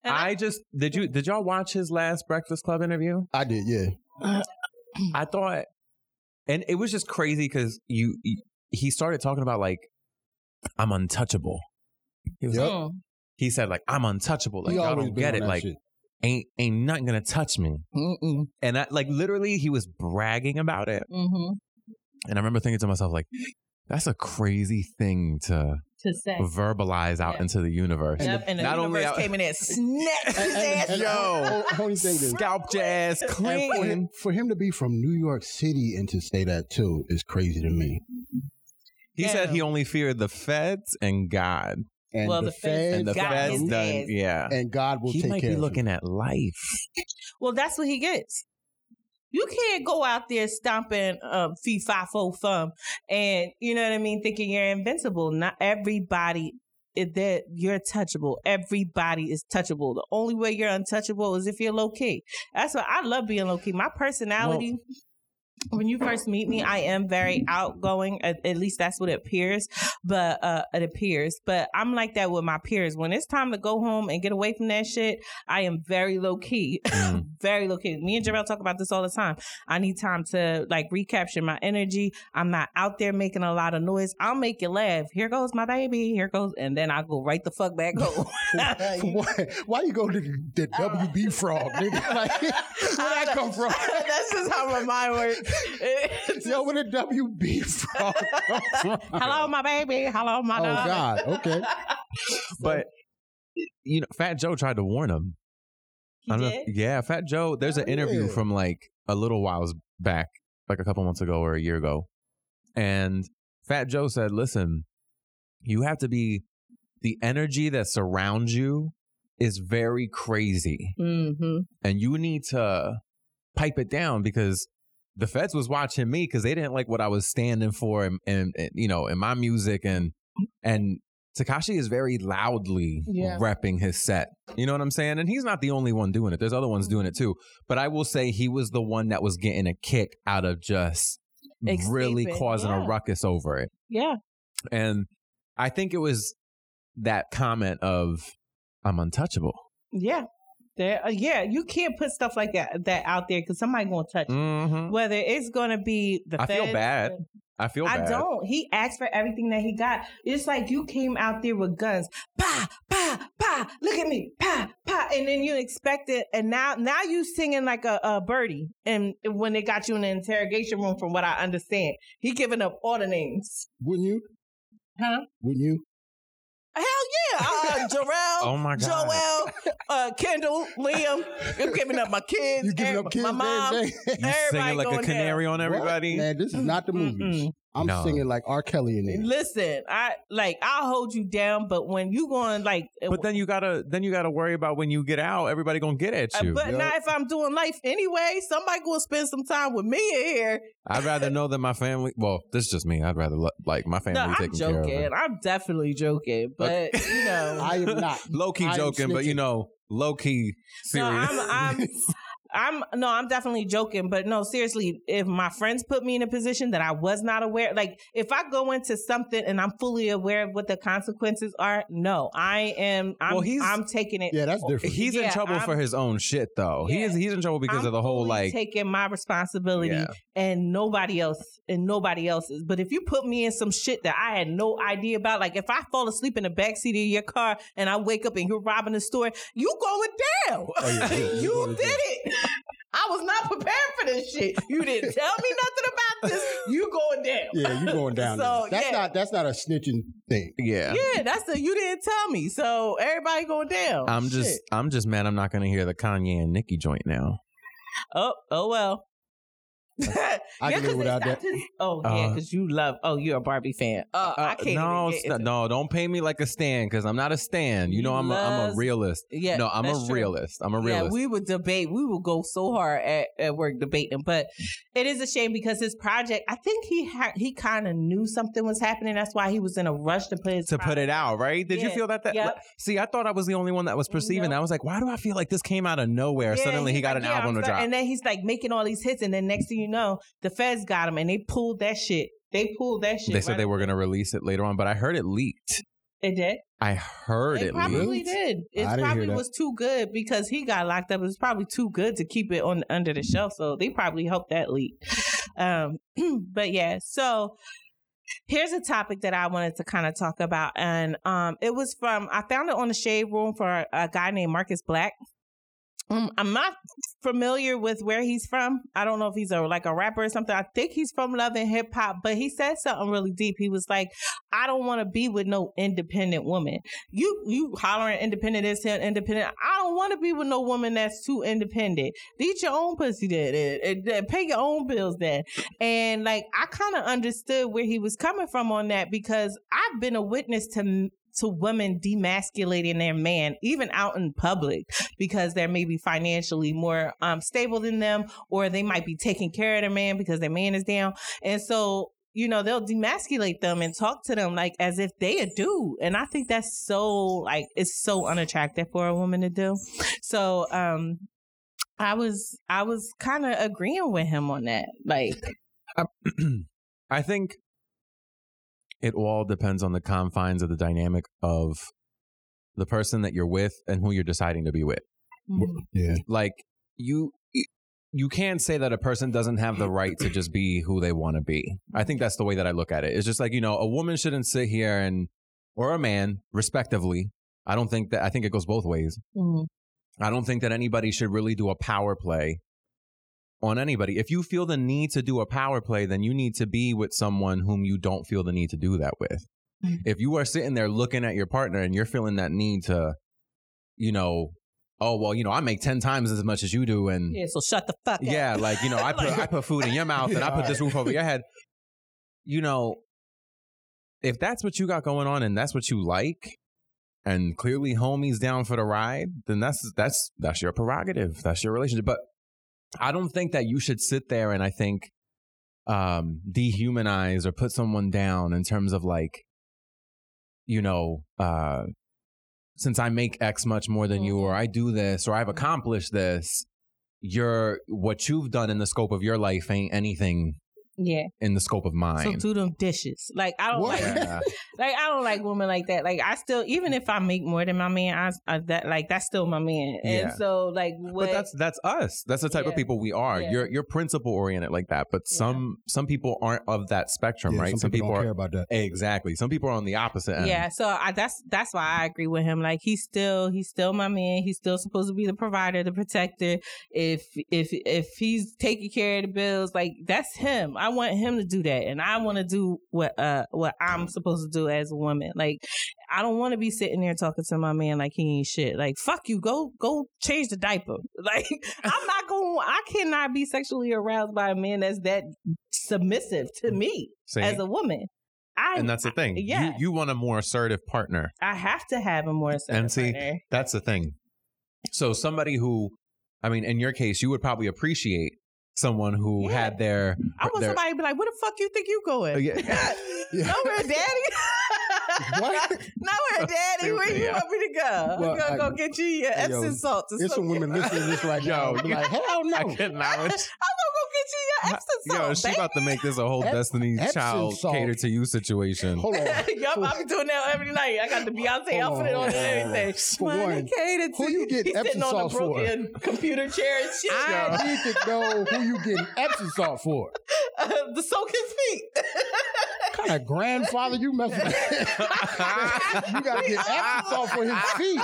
And I-
I just did you did y'all watch his last Breakfast Club interview?
I did. Yeah,
I thought, and it was just crazy because you he started talking about like I'm untouchable. He was like,
Mm.
he said like I'm untouchable. Like
He
y'all
always
don't
been
get
on
it.
that
Like
shit.
ain't ain't nothing gonna touch me.
Mm-mm.
And I like literally he was bragging about it.
Mm-hmm.
And I remember thinking to myself, like, that's a crazy thing to
To say.
verbalize out
Yeah.
into the universe.
Yep, and the
Not only
universe
out-
came in
[laughs]
there, snatched his ass.
and-
Yo.
o- only thing is,
Scalp jazz
and for, him,
clean.
for him to be from New York City and to say that too is crazy to me.
He said
Yeah.
he only feared the feds and God.
And
Well,
the,
the feds-
feds,
And the
God
feds
is
done,
dead.
yeah.
and God will
he
take
might
care
be [laughs]
of
looking at life.
Well, that's what he gets. You can't go out there stomping um, fee fi fo fum, and you know what I mean, thinking you're invincible. Not everybody is that you're touchable. Everybody is touchable. The only way you're untouchable is if you're low key. That's why I love being low key. My personality. When you first meet me, I am very outgoing. At, at least that's what it appears. But uh, it appears. But I'm like that with my peers. When it's time to go home and get away from that shit, I am very
Mm.
low key. [laughs] very low key. Me and Jarrell talk about this all the time. I need time to like recapture my energy. I'm not out there making a lot of noise. I'll make you laugh. Here goes my baby. Here goes, and then I go right the fuck back
[laughs]
home.
Hey, why, why you go to the, the
Uh, [laughs]
WB frog, nigga? Like, [laughs] where that come from? [laughs]
That's just how my mind works. [laughs]
Yo, where the WB frog come from?
Hello, my baby. Hello, my
Oh
dog.
God. Okay.
But you know, Fat Joe tried to warn him.
He
don't know-
did?
yeah, Fat Joe. There's an
Oh,
interview
yeah.
from like a little whiles back, like a couple months ago or a year ago, and Fat Joe said, "Listen, you have to be the energy that surrounds you is very crazy
Mm-hmm.
and you need to pipe it down because the feds was watching me because they didn't like what I was standing for and, and, and, you know in my music and and Takashi is very loudly
Yeah.
repping his set. You know what I'm saying? And he's not the only one doing it. There's other ones doing it too. But I will say he was the one that was getting a kick out of just
Escaping,
really causing
yeah.
a ruckus over it.
Yeah.
And I think it was that comment of I'm untouchable.
Yeah. There, uh, yeah, you can't put stuff like that that out there because somebody gonna touch it.
Mm-hmm.
Whether it's gonna be the
I feel
feds,
bad.
the-
I feel
I
bad.
don't. He asked for everything that he got. It's like you came out there with guns. Pa, pa, pa. Look at me. Pa, pa. And then you expect it. And now now you singing like a, a birdie. And when they got you in the interrogation room, from what I understand, he giving up all the names.
Wouldn't you?
Huh?
Wouldn't you?
Hell yeah.
[laughs]
Uh, Jarrell.
Oh my God.
Joel, uh, Kendall, Liam. I'm giving up my kids.
You giving up
everybody-
kids?
My mom.
[laughs] every day?
You
Everybody
singing like a
going down.
canary on everybody.
Man, this is not the movies.
Mm-mm.
I'm
No.
singing like R. Kelly in there.
Listen, I like I'll hold you down, but when you going like
But then you gotta then you gotta worry about when you get out, everybody gonna get at
Uh,
you.
but now, if I'm doing life anyway, somebody gonna spend some time with me in here.
I'd rather know that my family. Well, this is just me. I'd rather lo- like my family
No, I'm
taking care of
joking.
it. Uh,
I'm definitely joking, but
[laughs]
you know,
I am not.
Low key
I am
joking, but you
snitching.
know, low key
no,
serious.
I'm, I'm, I'm, no, I'm definitely joking. But no, seriously, if my friends put me in a position that I was not aware, like if I go into something and I'm fully aware of what the consequences are, no, I am. I'm,
Well, he's-
I'm taking it. [laughs]
Yeah, that's different.
he's in
Yeah,
trouble
I'm-
for his own shit, though. He
Yeah.
is. He's in trouble because
I'm
of the whole
fully
like.
taking my responsibility
Yeah.
and nobody else and nobody else's. But if you put me in some shit that I had no idea about, like if I fall asleep in the backseat of your car and I wake up and you're robbing the store, you going down.
Oh,
[laughs]
yeah, yeah, you
you
going
did it. I was not prepared for this shit. You didn't tell me nothing about this. You going down.
Yeah, you going
[laughs]
down.
So,
there. That's
yeah.
not. That's not a snitching thing.
yeah.
Yeah, that's the you didn't tell me. So everybody going down.
I'm just.
Shit.
I'm just mad. I'm not gonna hear the Kanye and Nicki joint now.
oh oh well.
I can live
'cause they
without
stopped
that.
his- oh yeah,
Uh,
because you love. Oh, you're a Barbie fan. Uh, I
Uh,
can't.
no,
even get
it's not-
into-
no, don't pay me like a stand because I'm not a stand. You know, I'm a, I'm a
Loves-
realist.
Yeah,
no, I'm
that's
a
true.
realist. I'm a realist.
Yeah, we would debate. We would go so hard at, at work debating, but it is a shame because his project. I think he ha- he kind of knew something was happening. That's why he was in a rush to put his
to put it out, right? Did you
Yeah.
feel that? That
Yep.
see, I thought I was the only one that was perceiving.
Nope.
that. I was like, why do I feel like this came out of nowhere?
Yeah,
Suddenly, he
he's
got
like,
an
"Yeah,
album
I'm
to
sorry."
drop.
and then he's like making all these hits, and then next thing you know, the Feds got him, and they pulled that shit. They pulled that shit.
they said
right
they were going to release it later on, but I heard it leaked.
They did.
I heard
They
it
probably
leaked.
did. It
I didn't hear
probably
that.
was too good because he got locked up. It was probably too good to keep it on under the shelf. So they probably helped that leak. Um, [clears throat] but yeah, so here's a topic that I wanted to kind of talk about, and um, it was from I found it on the Shade Room for a guy named Marcus Black. Um, I'm not familiar with where he's from. I don't know if he's a like a rapper or something. I think he's from Love and Hip Hop, but he said something really deep. He was like, "I don't want to be with no independent woman. You you hollering independent is independent. I don't want to be with no woman that's too independent. Eat your own pussy then, and, and- and pay your own bills then." And like I kind of understood where he was coming from on that because I've been a witness to to women demasculating their man even out in public because they're maybe financially more um, stable than them or they might be taking care of their man because their man is down and so you know they'll demasculate them and talk to them like as if they a dude and i think that's so like it's so unattractive for a woman to do so um i was i was kind of agreeing with him on that like
[clears throat] I think it all depends on the confines of the dynamic of the person that you're with and who you're deciding to be with.
Yeah.
like you you can't say that a person doesn't have the right to just be who they want to be. I think that's the way that I look at it. It's just like, you know, a woman shouldn't sit here and or a man, respectively. I don't think that I think it goes both ways.
Mhm.
I don't think that anybody should really do a power play on anybody. If you feel the need to do a power play, then you need to be with someone whom you don't feel the need to do that with.
Mhm.
If you are sitting there looking at your partner and you're feeling that need to, you know, oh well, you know, I make ten times as much as you do, and
yeah so shut the fuck up
yeah, like you know, I put I put food in your mouth and I put this roof over your head. You know, if that's what you got going on and that's what you like, and clearly homie's down for the ride, then that's that's that's your prerogative. That's your relationship. But I don't think that you should sit there and I think um dehumanize or put someone down in terms of like, you know, uh since I make X much more than you, or I do this, or I've accomplished this, your what you've done in the scope of your life ain't anything
Yeah.
in the scope of
So
mine.
do them dishes. Like I don't
What?
Oh, like
Yeah.
[laughs] like I don't like women like that. Like I still even if I make more than my man, I, I that like that's still my man. And
Yeah.
so like what
[laughs] But that's that's us. That's the type of
Yeah.
people we are.
Yeah.
You're you're principle oriented like that. But
Yeah.
some some people aren't of that spectrum,
Yeah,
right?
Some, people, don't
are
care about that.
exactly. Some people are on the opposite end.
yeah, so I, that's that's why I agree with him. Like he's still he's still my man. He's still supposed to be the provider, the protector. If if if he's taking care of the bills, like that's him. I want him to do that, and I want to do what uh what I'm supposed to do as a woman. Like I don't want to be sitting there talking to my man like he ain't shit. Like fuck you, go go change the diaper. [laughs] Like I'm not going. I cannot be sexually aroused by a man that's that submissive to me
See?
as a woman. I
and that's the thing.
yeah.
You you want a more assertive partner.
I have to have a more
And see,
assertive partner.
That's the thing. So somebody who I mean, in your case, you would probably appreciate someone who
Yeah.
had their
I want
their-
somebody to be like, "Where the fuck you think you going?
Oh, yeah.
[laughs] Nowhere, daddy. [laughs]
What? [laughs]
Nowhere, daddy. Where you
Yeah.
want me to go?
Well,
I'm gonna
I-
go get you your
Yo,
Epsom salt. or
There's some
something. [laughs]
women listening to this right now.
Yo,
Be
you-
like, hell no.
I couldn't. I
I'm gonna
was-
go get you your Epsom salt.
Yo, she about to make this a whole
Ep-
Destiny
Epsom
Child
salt.
cater to you situation. [laughs]
Hold on.
baby. [laughs] Yup, I be doing that every night. I got
[laughs]
the Beyonce
Hold
outfit
on,
on
hold
and
on, hold on.
everything.
For
Money
one,
catered
who
to- [laughs]
you getting
He's
Epsom
sitting on
salt
the
for? [laughs]
broken computer chair and shit.
I need to know who you getting Epsom salt for.
[laughs] the soaking feet. [laughs]
What kind of grandfather you messing with? [laughs] you gotta get Epsom salt for his
[laughs]
feet.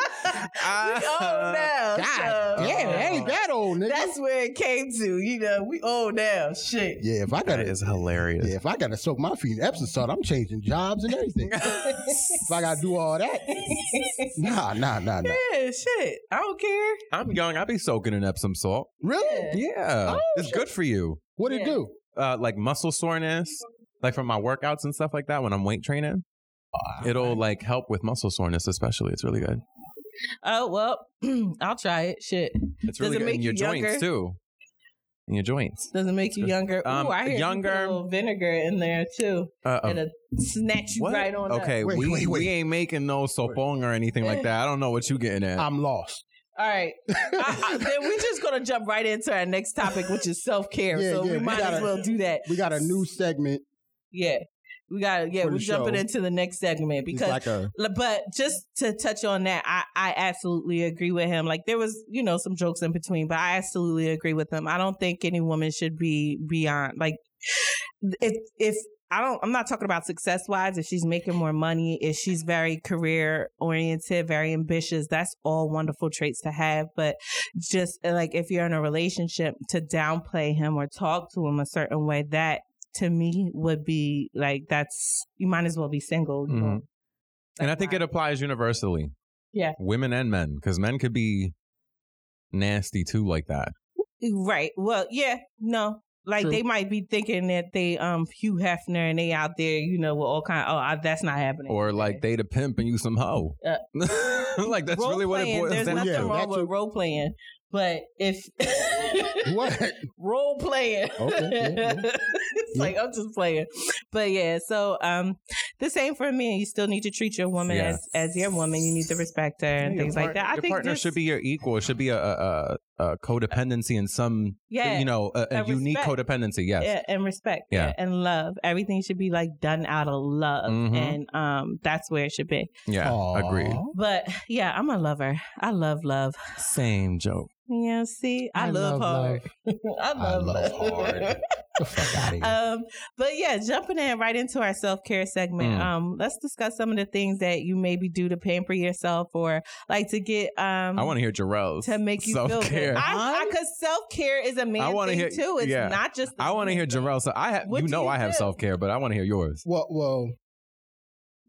Ah,
we old now.
God
Oh, so
damn, it ain't that old, nigga. [laughs]
That's where it came to. You know, we old now. Shit.
yeah, if I
That
gotta
is hilarious.
yeah, if I gotta soak my feet in Epsom salt, I'm changing jobs and everything. if I gotta do all that, nah, nah, nah, nah.
[laughs] Yeah, shit. I don't care.
I'm young. I be soaking in Epsom salt.
Really?
Oh,
Yeah, it's good for you.
What would it do?
Uh, like muscle soreness, like from my workouts and stuff like that. When I'm weight training,
Ah,
it'll like help with muscle soreness, especially. It's really good.
Oh well, [clears throat] I'll try it. Shit.
It's
Does
really
it
good in
make
your
you
joints
younger?
too. In your joints,
Doesn't make you younger. Ooh,
Um,
I hear younger.
younger-
a little vinegar in there too,
uh,
Oh.
and
uh,
it snatch you
what?
right on. up.
okay,
Wait,
we
wait, wait.
we ain't making no sopong or anything like that. I don't know what you getting at. [laughs]
I'm lost.
All right.
[laughs]
I- I- then we're just gonna jump right into our next topic, which is self care.
Yeah,
so
yeah,
we
we
might
gotta-
as well do that.
We got a new segment.
Yeah. We got yeah,
For the
we're jumping
show.
into the next segment
It's
because
like a
L- but just to touch on that I, I absolutely agree with him like there was you know some jokes in between but i absolutely agree with him i don't think any woman should be beyond like if if i don't i'm not talking about success wise if she's making more money if she's very career oriented very ambitious that's all wonderful traits to have but just uh, like if you're in a relationship to downplay him or talk to him a certain way that to me would be like that's you might as well be single you know?
Mhm. and I
That's
think
why-
it applies universally.
Yeah.
women and men, because men could be nasty too, like that.
Right. Well, yeah, no. Like
True.
they might be thinking that they um Hugh Hefner and they out there, you know, with all kind oh I, that's not happening.
or like they [laughs] the pimp and you some hoe.
Yeah.
[laughs] like that's
Role
really what it
playing,
boils
Uh, There's
down
nothing
Yeah,
wrong
that's
with
a-
role playing, but if
what?
[laughs] role playing.
Okay, yeah, yeah.
[laughs] it's
Yeah.
like I'm just playing. But yeah, so um the same for a man. You still need to treat your woman
Yeah.
as as your woman. You need to respect her and
Yeah,
things
your
like that. I
Your
think
partner
just-
should be your equal. It should be a, a, a, a codependency in some,
yeah,
you know, a, a
A
unique
respect.
codependency. Yes.
yeah, and respect
Yeah.
yeah. and love everything should be like done out of love
Mhm.
and um that's where it should be
[laughs] Yeah.
Aw.
Agreed.
but yeah i'm a lover i love love
Same joke.
you know see i, love, hard [laughs] i
I
love, [laughs]
love hard. Get the fuck out of here.
um but yeah jumping in right into our self-care segment
Mm.
um let's discuss some of the things that you maybe do to pamper yourself or like to get um
I want to hear Jarrell's
to make you feel
self-care.
good, I because self care is a man
I wanna
thing
hear-
too. It's
yeah.
not just.
I want to hear
Jerome.
Jarrell. So I, ha-
What
you
do
know,
you
I have
do?
self care, but I want to hear yours.
Well, well,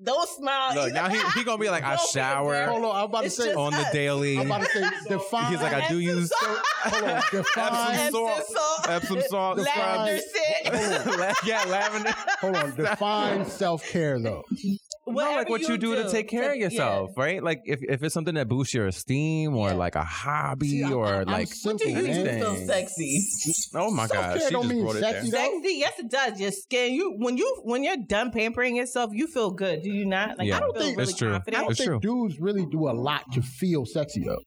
Don't smile. [laughs]
Look, now he, he gonna be like, I
Don't feel
shower
hold on. I'm about to
It's
say.
just-
on the
us.
daily.
I'm about to
He's
[laughs]
say. Define.
like, I do use [laughs]
Hold on.
Epsom
Define.
salt,
Epsom salt.
Epsom salt,
Lavender
scrubs.
scent.
[laughs]
La- yeah, lavender.
[laughs]
Hold on. Define self care though.
No, like
Whatever
what you, do, to take care of
yeah.
yourself, right? Like if, if it's something that boosts your esteem or
Yeah.
like a hobby
See, I'm-
or
I'm
like
What do
simple,
you do
man.
to feel
anything.
sexy?
oh my
Self-care
god, she
don't
just
mean
brought it
sexy.
there.
know?
Sexy, yes, it does. Your skin, you when you when you're done pampering yourself, you feel good. Do you not? Like
Yeah.
I don't think
That's
really
true.
confident.
I don't
It's
think
true.
dudes really do a lot to feel sexy though.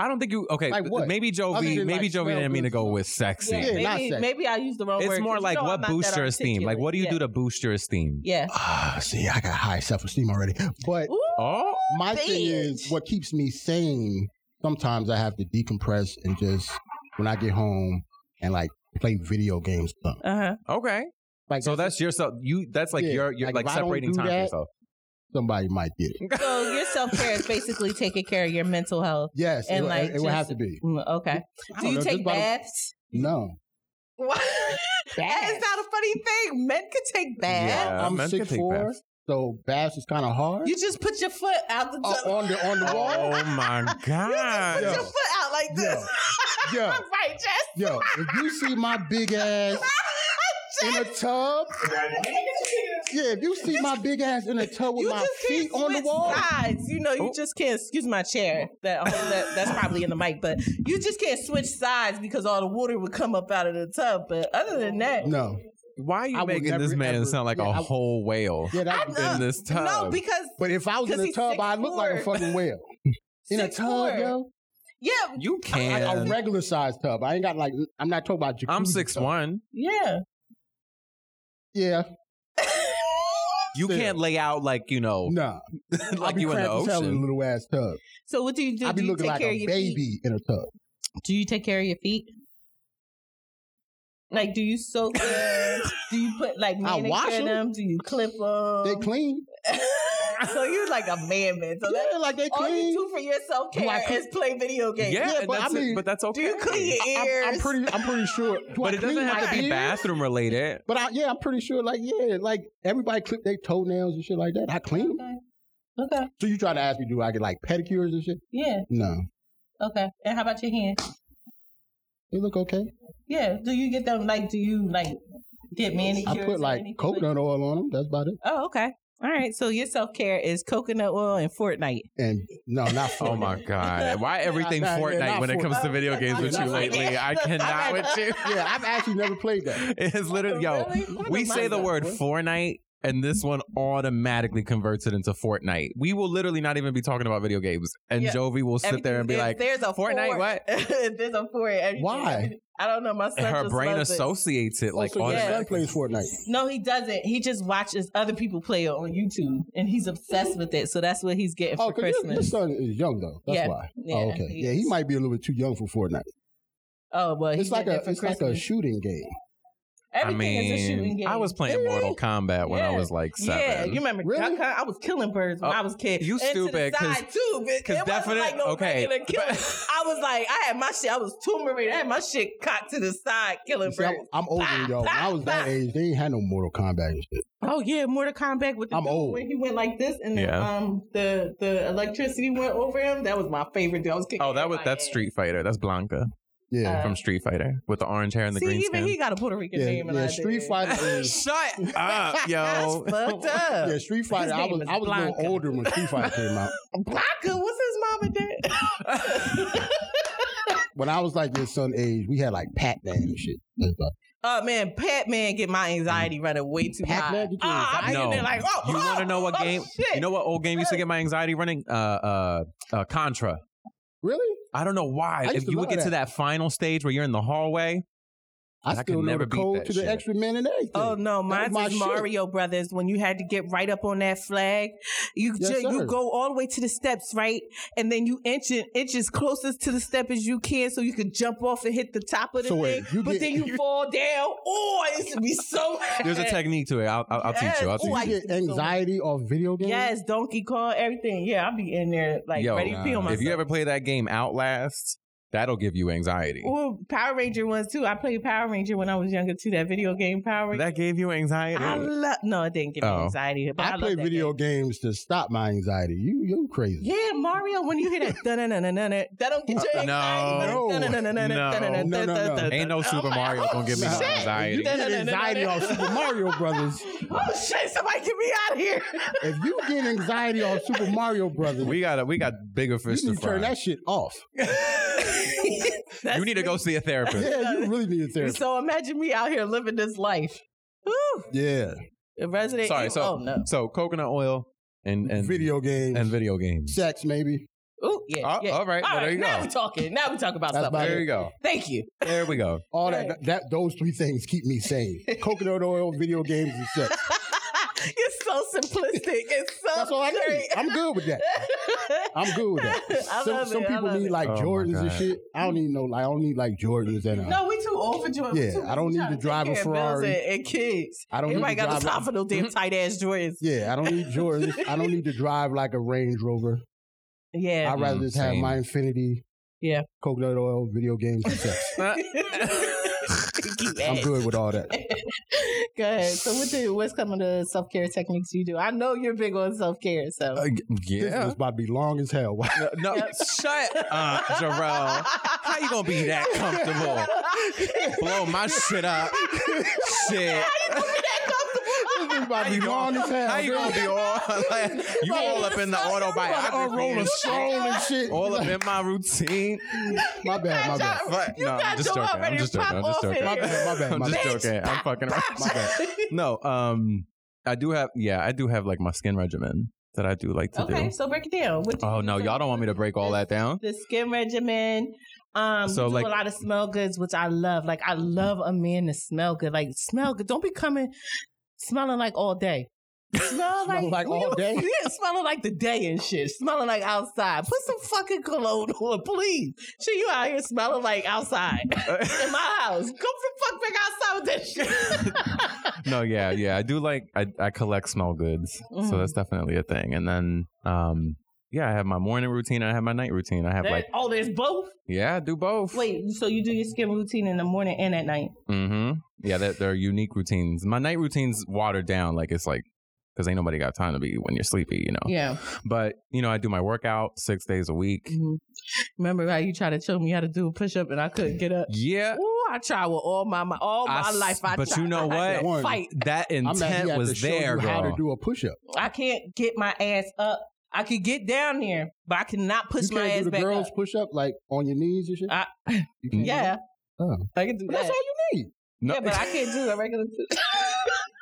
I don't think you okay.
Like what?
Maybe
Other
Jovi,
than,
maybe
like,
Jovi
smell
didn't mean to
good
go
stuff.
with sexy.
Yeah, not
maybe,
sexy.
maybe I use the wrong word.
It's
'cause
more
you
like
know I'm
what
not
boosts
that
your esteem. Like
articulate.
what do you
yeah.
do to boost your esteem?
Yeah.
Ah, see, I got high self esteem already. But
Ooh,
Oh,
my thing
bitch.
is, what keeps me sane, sometimes I have to decompress and just, when I get home and like play video games. or something.
Uh-huh.
okay.
Like,
So that's yourself. You that's like
Yeah,
your you're
like,
like,
if I don't
separating
do
time
that-
for yourself.
somebody might get it.
So your self care is basically taking care of your mental health.
Yes,
And,
it, will-
like,
it will have
just-
to be.
Mm, Okay.
I
Do
don't
you
know, just
take
about a-
baths?
No.
What? That is not a funny thing. Men can take baths.
Yeah,
I'm
men can
six
Uh, take
four,
baths.
so bass is kind of hard.
You just put your foot out the.
Uh, on the on the wall.
Oh
[laughs]
my
Put your
god.
foot out like this. [laughs]
Yo,
right, [laughs] Jess.
yo, if you see my big ass in a tub, yeah, if you see my big ass in a tub with
You
my
just
feet
can't
on the
switch
wall,
sides. You know, you
Oh.
just can't. Excuse my chair. That, um, that that's probably in the mic, but you just can't switch sides because all the water would come up out of the tub. But other than that,
no,
Why are you
I will
making
never,
this man
ever-
sound like
yeah,
a
I-
whole whale
yeah, that.
I-
in this tub?
no, because
but if I was in
'Cause
a
he's
tub, I look like a
6'4".
fucking whale in a
6'4".
tub, yo.
yeah,
you
Like a
can.
regular sized tub. I ain't got like. I'm not talking about.
I'm
jacuzzi
six
tub.
one.
yeah.
Yeah,
You
Still.
can't lay out like you
[laughs]
know,
nah. I
like
be
you in the
cramped as hell in a
ocean.
little ass tub.
[laughs] so what do you do?
I be
do you
looking like
care of
a
your feet?
baby in a tub.
Do you take care of your feet? Like, do you
[laughs]
soak them? do you put like
I
manicure
wash
them?
them.
Do you clip them?
They clean.
[laughs] so you're like a man, man. So
Yeah,
that,
like they
all you
clean.
do for your self
Do I
care
clean-
is play video games.
Yeah,
Yeah,
and
but
that's
I
it,
mean-
but that's okay.
Do you clean your ears?
I'm, I'm pretty. I'm
[laughs]
pretty sure. Do
but
I
it doesn't
clean
have
my
to be
beard?
bathroom related.
But I, yeah, I'm pretty sure. Like yeah, like everybody clip their toenails and shit like that. I clean them.
Okay. Okay.
So you try to ask me, do I get like pedicures and shit?
Yeah.
No,
Okay. And how about your hands?
they look okay.
Yeah. Do you get them? Like, do you like get manicures?
I
or
put like
anything
coconut oil on them. That's about it.
Oh, okay. All right. So your self care is coconut oil and Fortnite.
And no,
[laughs]
not
Oh
Fortnite.
my god! Why everything
Nah, nah,
Fortnite
yeah, not
when it comes to
Fortnite.
video games with
Yeah,
you
not
lately?
Fortnite.
I cannot with you. [laughs]
Yeah, I've actually never played that.
It's literally yo.
Really? What
We
am I
say the
doing?
word Fortnite, and this one automatically converts it into Fortnite. We will literally not even be talking about video games, and
Yeah.
Jovi will sit there and be
If
like,
"There's a
Fortnite,
four-
what?
[laughs] if there's a four. in everything,
Why?
I don't know. My son
her
just
brain
loves it.
associates it [laughs] like
Like, oh, so your
yeah.
son
automatically.
plays Fortnite.
No, he doesn't. He just watches other people play it on YouTube, and he's obsessed with it. So that's what he's getting
Oh,
for
because your, your
Christmas.
son is young though. That's
Yeah,
why.
yeah,
oh, okay.
he
yeah, he
is.
might be a little bit too young for Fortnite.
oh well, he's
It's like
getting
a
it for
it's like
Christmas.
a shooting game.
I
Everything is a shooting
mean,
game.
I was playing
Really? [laughs]
Mortal Kombat when I
Yeah.
was like seven.
Yeah, you remember?
Really?
Duck Hunt? I was killing birds when
Oh,
I was a kid. And
you
to the
stupid, 'cause-
side, too, bitch.
'cause
It wasn't
definite-
like no
okay.
regular killing. I was like, I had my shit. I was turmeric. I had my shit cocked to the side, killing
See, I'm,
birds.
I'm older than y'all. When I
[laughs]
was that age, they ain't had no Mortal Kombat and shit.
Oh yeah, Mortal Kombat with the
I'm
dude
old.
where he went like this and
Yeah.
the, um the the electricity went over him. That was my favorite. Dude. I was kicking.
oh, that was that's
everybody
Street Fighter. That's Blanca
Uh,
Yeah.
from Street Fighter with the orange hair and
ass.
the
See,
green
even
skin.
he
[laughs]
got a Puerto Rican
yeah,
name. and
yeah
I
Street
did. [laughs]
Fighter is [laughs]
Shut up, Ah, yo.
That's fucked up. [laughs]
Yeah, Street Fighter. I
name
was
is
I was a
Blanca.
little older when Street Fighter came out.
Blanca, what's his mom and
[laughs]
dad?
When I was like your son age, we had like Pac Man and shit. That's about-
Oh man, Pac Man get my anxiety running way too high.
Pac-Man get your
Oh, I'm
No.
getting there like, oh,
you
oh,
want to know what
oh,
game?
Shit.
You know what old game used to get my anxiety running? Uh, uh, uh Contra.
Really?
I don't know why.
I used
If
to
you would
love
get to
that.
that final stage where you're in the hallway,
I,
I could
still know
never
the
beat
code
that
to the
shit.
extra man and everything.
Oh no,
That
mine's
was my
is
shit.
Mario Brothers. When you had to get right up on that flag, you
Yes,
ju-
sir.
you go all the way to the steps, right, and then you inch it, inches closest to the step as you can, so you could jump off and hit the top of the
So wait,
thing.
you
but
get-
then you,
[laughs]
fall down. Oh, it used to be so. Bad.
there's a technique to it. I'll, I'll, I'll teach
Yes.
you. I'll
Ooh,
teach
I
you.
You get anxiety off video games.
Yes, Donkey Kong, everything. Yeah, I'll be in there like
Yo,
ready to pee on myself.
if you ever play that game Outlast, That'll give you anxiety.
Well, Power Ranger ones too. I played Power Ranger when I was younger too. That video game Power Ranger.
That gave you anxiety.
I love. No, it didn't give me
Oh.
anxiety. But I,
I, play
love that
video
game.
games to stop my anxiety. You you crazy.
Yeah, Mario. When you hear that, [laughs] dun dun dun dun dun, that don't get you
Uh, no.
anxiety. Dun, dun, dun, dun, dun,
No.
dun, dun,
No, no,
dun,
no.
dun, dun,
Ain't no
dun.
Super
I'm like,
Mario
oh,
gonna give me
shit.
anxiety.
You
[laughs]
get anxiety off Super Mario Brothers.
Oh shit! Somebody get me out of here.
If you get anxiety off Super Mario Brothers,
We got we got bigger
you
fish to
need to
fry.
turn that shit
[laughs]
off.
That's
[laughs] you need to go
me.
see a therapist.
Yeah, you really need a therapy.
[laughs] So imagine me out here living this life. Woo!
Yeah,
The Resident
Sorry.
Evil-
So
oh no.
so coconut oil and and
video games
and video games.
sex maybe.
Ooh, yeah.
Oh,
yeah.
all right. Well, there you
now
go.
we talking. Now we talking about
That's
something.
about
There you go.
Thank you. [laughs]
There we
[laughs]
go.
All that, that those three things keep me
[laughs]
sane: coconut oil, video games, and sex.
it's so simplistic. It's so
That's all I need.
great.
I'm good with that.
[laughs]
I'm good with that.
I
some
love
some
it. I
people
love
need
it.
like
Oh, my
Jordans and
God.
shit. I don't need no. Like, I don't need like Jordans and uh,
No, we too old for Jordan.
Yeah, I don't need to drive a Ferrari.
And, and kids.
I don't need
Everybody
to
got
drive
time
a- Mm-hmm.
for no damn tight ass Jordans.
[laughs] Yeah, I don't need Jordans. I don't need to drive like a Range Rover.
[laughs] Yeah.
I'd rather
Mm,
just have
same.
my Infinity.
Yeah.
Coconut oil, video games, and sex.
Keep [laughs]
[laughs] I'm
at it.
good with all that.
Go ahead. So what do what's coming to self care techniques you do? I know you're big on self care, so
Uh, g-
This
yeah.
[laughs] was about to be long as hell. [laughs]
No, no, shut up,
[laughs]
Jarrell. How you gonna be that comfortable? Blow my shit up. Shit.
this was about to be long as hell.
How you
man.
gonna be all like, you all up in the autobiography?
unroll a
and
scroll
shit.
and shit.
All up in my routine.
my bad, my bad.
But,
You
no,
got
I'm just
your
joking. I'm
already
just joking. I'm
pop
just
off
joking.
in
My bad, my bad,
I'm
my
just
bad.
joking. I'm fucking around. My bad. No, um, I do have. Yeah, I do have like my skin regimen that I do like to
okay,
do.
so break it down. What do
Oh
you
no,
do?
y'all don't want me to break all
[laughs]
that down.
the skin regimen. Um,
So,
so
like-
a lot of smell goods, which I love. Like
Mm-hmm.
I love a man to smell good. Like smell good. Don't be coming smelling like all day. Smell like,
[laughs] Smell
[laughs]
like all day?
Yeah, smelling like the day and shit. Smelling like outside. Put some fucking cologne [laughs] on, please. Shit, you out here smelling like outside [laughs] in my house. Come the fuck back outside with that
[laughs]
shit. [laughs]
no, yeah, yeah. I do like I, I collect small goods, so
Mhm.
that's definitely a thing. And then, um, yeah, I have my morning routine. I have my night routine. I have
There-
like,
oh, there's both.
yeah, I do both.
Wait, so you do your skin routine in the morning and at night?
Mm-hmm. Yeah, that they're unique routines. My night routine's watered down. Like it's like because ain't nobody got time to be when you're sleepy, you know.
Oh.
Yeah.
But you know, I do my workout six days a week.
Mhm. Remember how you tried to show me how to do a push up and I couldn't get up?
Yeah,
[laughs] Ooh, I tried with all my, my all my
I s-
life. I
but
tried.
you know
I had to
what?
Fight.
that
I'm mad he
intent
had to
was
show
there,
you how to
girl.
do a push up.
I can't get my ass up. I could get down there, but I cannot push
You
my
can't
ass
do the
back
girls
up.
push up like on your knees and shit.
I-
You can't do
Yeah,
that? Oh.
I can do
But that's
that.
all you need.
No,
Yeah, but I can't do a regular.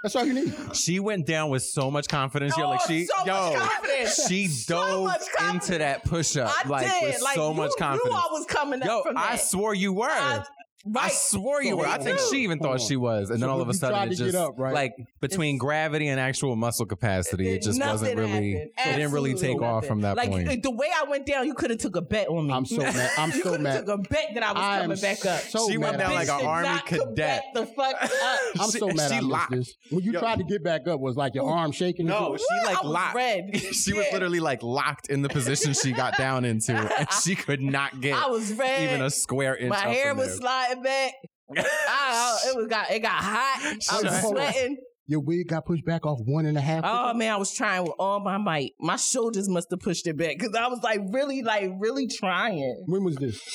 That's all you need.
[laughs] she went down with so much confidence. You're like
Oh,
she,
so much
yo,
confidence.
she
So
dove
much confidence.
into that push up
I
like
did.
with
like
so
you,
much confidence.
You always coming up
Yo,
from that.
I swore you were.
I-
I,
right.
swore you
So
were. I
you
think
knew.
she even thought
Hold
she was, and
So
then all
when
of
you
a
tried
sudden,
to
it
get
just
up, right?
like between gravity and actual muscle capacity, it just wasn't
Nothing
really.
happened.
It didn't really
Absolutely
take off
nothing.
from that
like, [laughs]
point.
Like the way I went down, you could have took a bet on me.
I'm
[laughs]
so mad. I'm
you
so
coulda
mad.
Took a bet that I was
I'm
coming back up.
so
She
mad.
went down
I
like
missed
Bitch
an
it.
did
army
not come
cadet.
back The fuck
[laughs]
up.
I'm so
She-
mad.
she
I missed
locked.
this. When you
Yo.
tried to get back up, was like your arm shaking. and
No,
shit?
she
I
like
was
locked.
red.
[laughs] She was
Yeah.
literally like locked in the position she
[laughs]
got down into, and she could not get
I was red.
even a square inch.
My
up
hair
from
was
there.
sliding back. I, I- it was got it got hot. I was
Shut up.
sweating.
your wig got pushed back off one and a half.
Oh man, I was trying with all my might. My shoulders must have pushed it back because I was like really, like really trying.
When was this?
[laughs]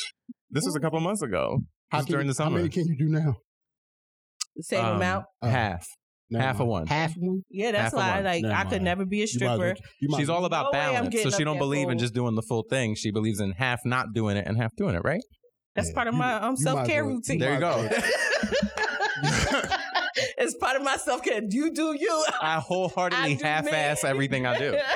This was a couple months ago. It was
can
during
you-
the summer.
How many can you do now?
Same
Um,
amount.
Oh.
half.
Never
Half a
mind.
one.
Half one.
Yeah, that's
half a
why
month.
like
Never
I could
mind.
never be a
You might as well-
stripper.
you might
She's
as well-
all about
No way I'm
balance, so
getting
she
up
don't
that
believe in
pole.
just doing the full thing. She believes in half not doing it and half doing it. Right
That's
Yeah,
part of
you-
my um
you might as
self care
well-
routine.
there, you go.
[laughs] it's part of my self care. You do you.
[laughs] I wholeheartedly
I do me.
half-ass everything I do.
[laughs]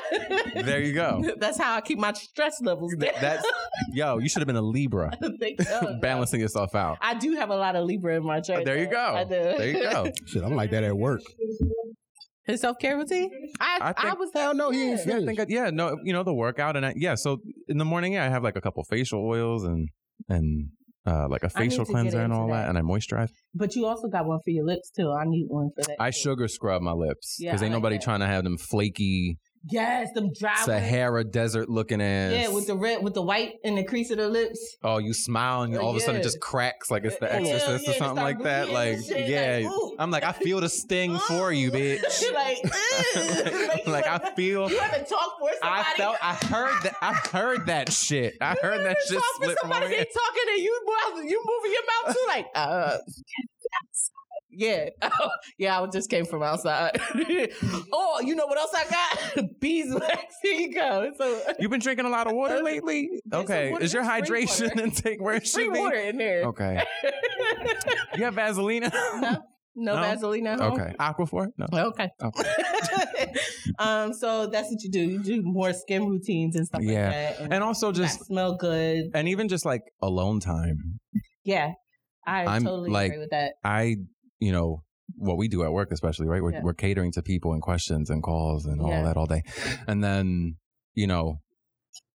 There you go.
That's how I keep my stress levels down.
Th- That's yo. You should have been
[laughs]
a Libra,
Thank God.
[laughs] balancing yourself out.
I do have a lot of Libra in my chart.
Oh, There you
though.
go.
Oh, I do.
There you go.
Shit, I'm like that at work.
[laughs] His self care routine? I,
I
I,
think-
was
Hell no, he ain't
Yeah, I
finished.
think I- yeah, no, you know the workout and I, yeah. So in the morning, yeah, I have like a couple facial oils and and uh, like a
I need
facial
to get
cleanser and
into
all
that.
that, and I moisturize.
But you also got one for your lips too. I need one for that.
I
too.
sugar scrub my lips because
Yeah,
ain't
I like
nobody
that.
trying to have them flaky
Yes, them dry ones.
Sahara desert looking ass.
Yeah, with the red, with the white and the crease of the lips.
oh, you smile and you, all of a sudden it
Yeah.
just cracks like it's the
Yeah,
Exorcist
yeah,
or
it
something
start
like that.
bleeding
Like
and shit,
yeah,
like, ooh.
I'm like I feel the sting for you, bitch.
[laughs] like, ew.
like, [laughs]
[laughs]
like, I feel.
You haven't talked for somebody.
I felt. I heard that. I heard that shit. I heard that
You
shit
talk for
slip from my
somebody. They
hand.
talking and you mouth- you moving your mouth too. Like, uh, yeah, [laughs] Oh, yeah. I just came from outside. [laughs] oh, you know what else I got? [laughs] Beeswax. Here you go. So
You've been drinking a lot of water lately.
some
Okay,
water-
is your
there's spring
hydration
water.
intake where it
free
should be?
water in there.
Okay. You have Vaseline. at home?
[laughs] No,
No?
Vaseline at home.
Okay. Aquaphor? No.
Okay. [laughs] um. So that's what you do. You do more skin routines and stuff
Yeah.
like that.
And also
you
just
gotta smell good.
and even just like alone time.
Yeah. I
I'm,
totally
like,
agree with that.
I, you know, what we do at work especially, right? We're
Yeah.
we're catering to people and questions and calls and all
Yeah.
that all day. And then, you know,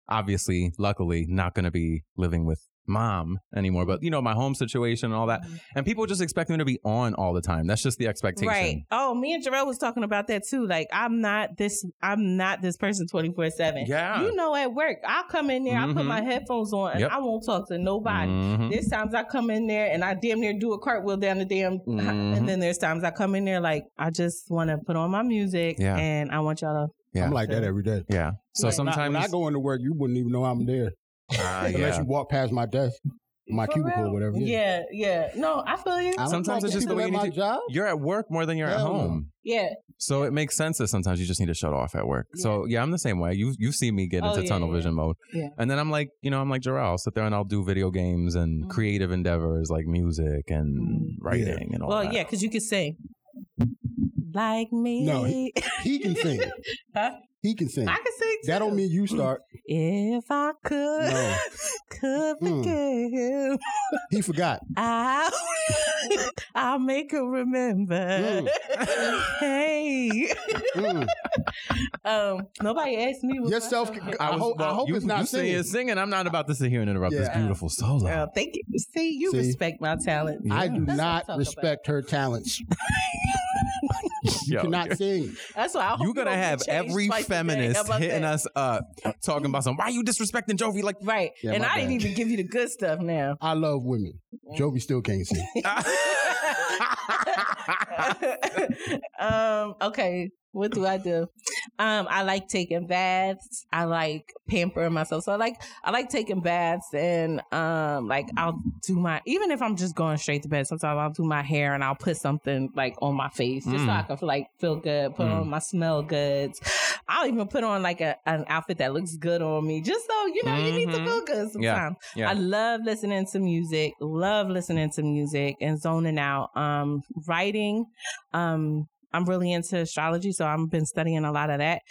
obviously, luckily, not gonna be living with mom anymore. But you know, my home situation and all that. And people just expect me to be on all the time. That's just the expectation.
Mm-hmm. Right. Oh, me and Jarrell was talking about that too. Like, I'm not this. I'm not this person twenty four seven.
Yeah.
You know, at work, I come in there, I put
Mhm.
Mm-hmm.
my headphones on, and
Yep.
I won't talk to nobody.
Mhm.
There's times I come in there and I damn near do a cartwheel down the damn.
Mhm.
Mm-hmm.
And then there's times I come in there like I just want to put on my music
Yeah.
and I want y'all to.
Yeah.
I'm like that every day.
Yeah. So
Right.
When I-
sometimes
when I go into work, you wouldn't even know I'm there
Ah,
[laughs] unless
yeah.
you walk past my desk, my
For
cubicle,
real?
or whatever.
Yeah. yeah, No, I feel you.
I don't
Sometimes
talk
it's
to
just the
people
way
at
you need
my
to-
job.
you're at work more than you're at
Hell no.
home.
yeah.
So it makes sense that sometimes you just need to shut off at work. So yeah, I'm the same way. You you see me get
Oh,
into
yeah,
tunnel
yeah.
vision mode,
Yeah.
and then I'm like, you know, I'm like Jarrell. I'll sit there and I'll do video games and
Mhm.
creative endeavors like music and writing and all
Well,
that.
Mm-hmm. yeah, because you can sing. Like me. [laughs]
No, he- He can sing.
Huh?
He can sing.
I can sing too.
That don't mean you start.
If I could,
No.
[laughs] could
Mm.
forget him, [laughs]
He forgot.
I, I'll make her remember.
Hmm.
[laughs] Hey.
Mm.
[laughs] Um, nobody asked me. what
Yourself.
my-
I,
was-
hope. I
well,
hope
you,
it's not
you say
singing.
it's singing. I'm not about to sit here and interrupt this
Yeah.
beautiful solo.
Girl, thank you. See, you
See?
respect my talent.
I do
That's what I'm
not
talking
respect
[laughs]
her talents. You
Yo,
cannot
you're-
sing.
That's why I hope
You're gonna
don't get
have
changed
every
twice a day. How
feminist
about
hitting
that?
us up, talking about some. Why you disrespecting
[laughs]
Jovi? Like,
Right,
Yeah,
and
my
I didn't
bad.
even give you the good stuff. Now,
I love women.
Mm.
Jovi still can't
[laughs]
sing.
[laughs] um, okay, what do I do? Um, I like taking baths. I like pampering myself. So I like I like taking baths and um like I'll do my even if I'm just going straight to bed, sometimes I'll do my hair and I'll put something like on my face just so
Mm.
I can like feel good, put
Mm.
on my smell goods. I'll even put on like a, an outfit that looks good on me, just so you know you need to
Mhm.
feel good sometimes.
[laughs] Yeah.
I love listening to music, love listening to music and zoning out. Um, writing, um, I'm really into astrology, so I've been studying a lot of that.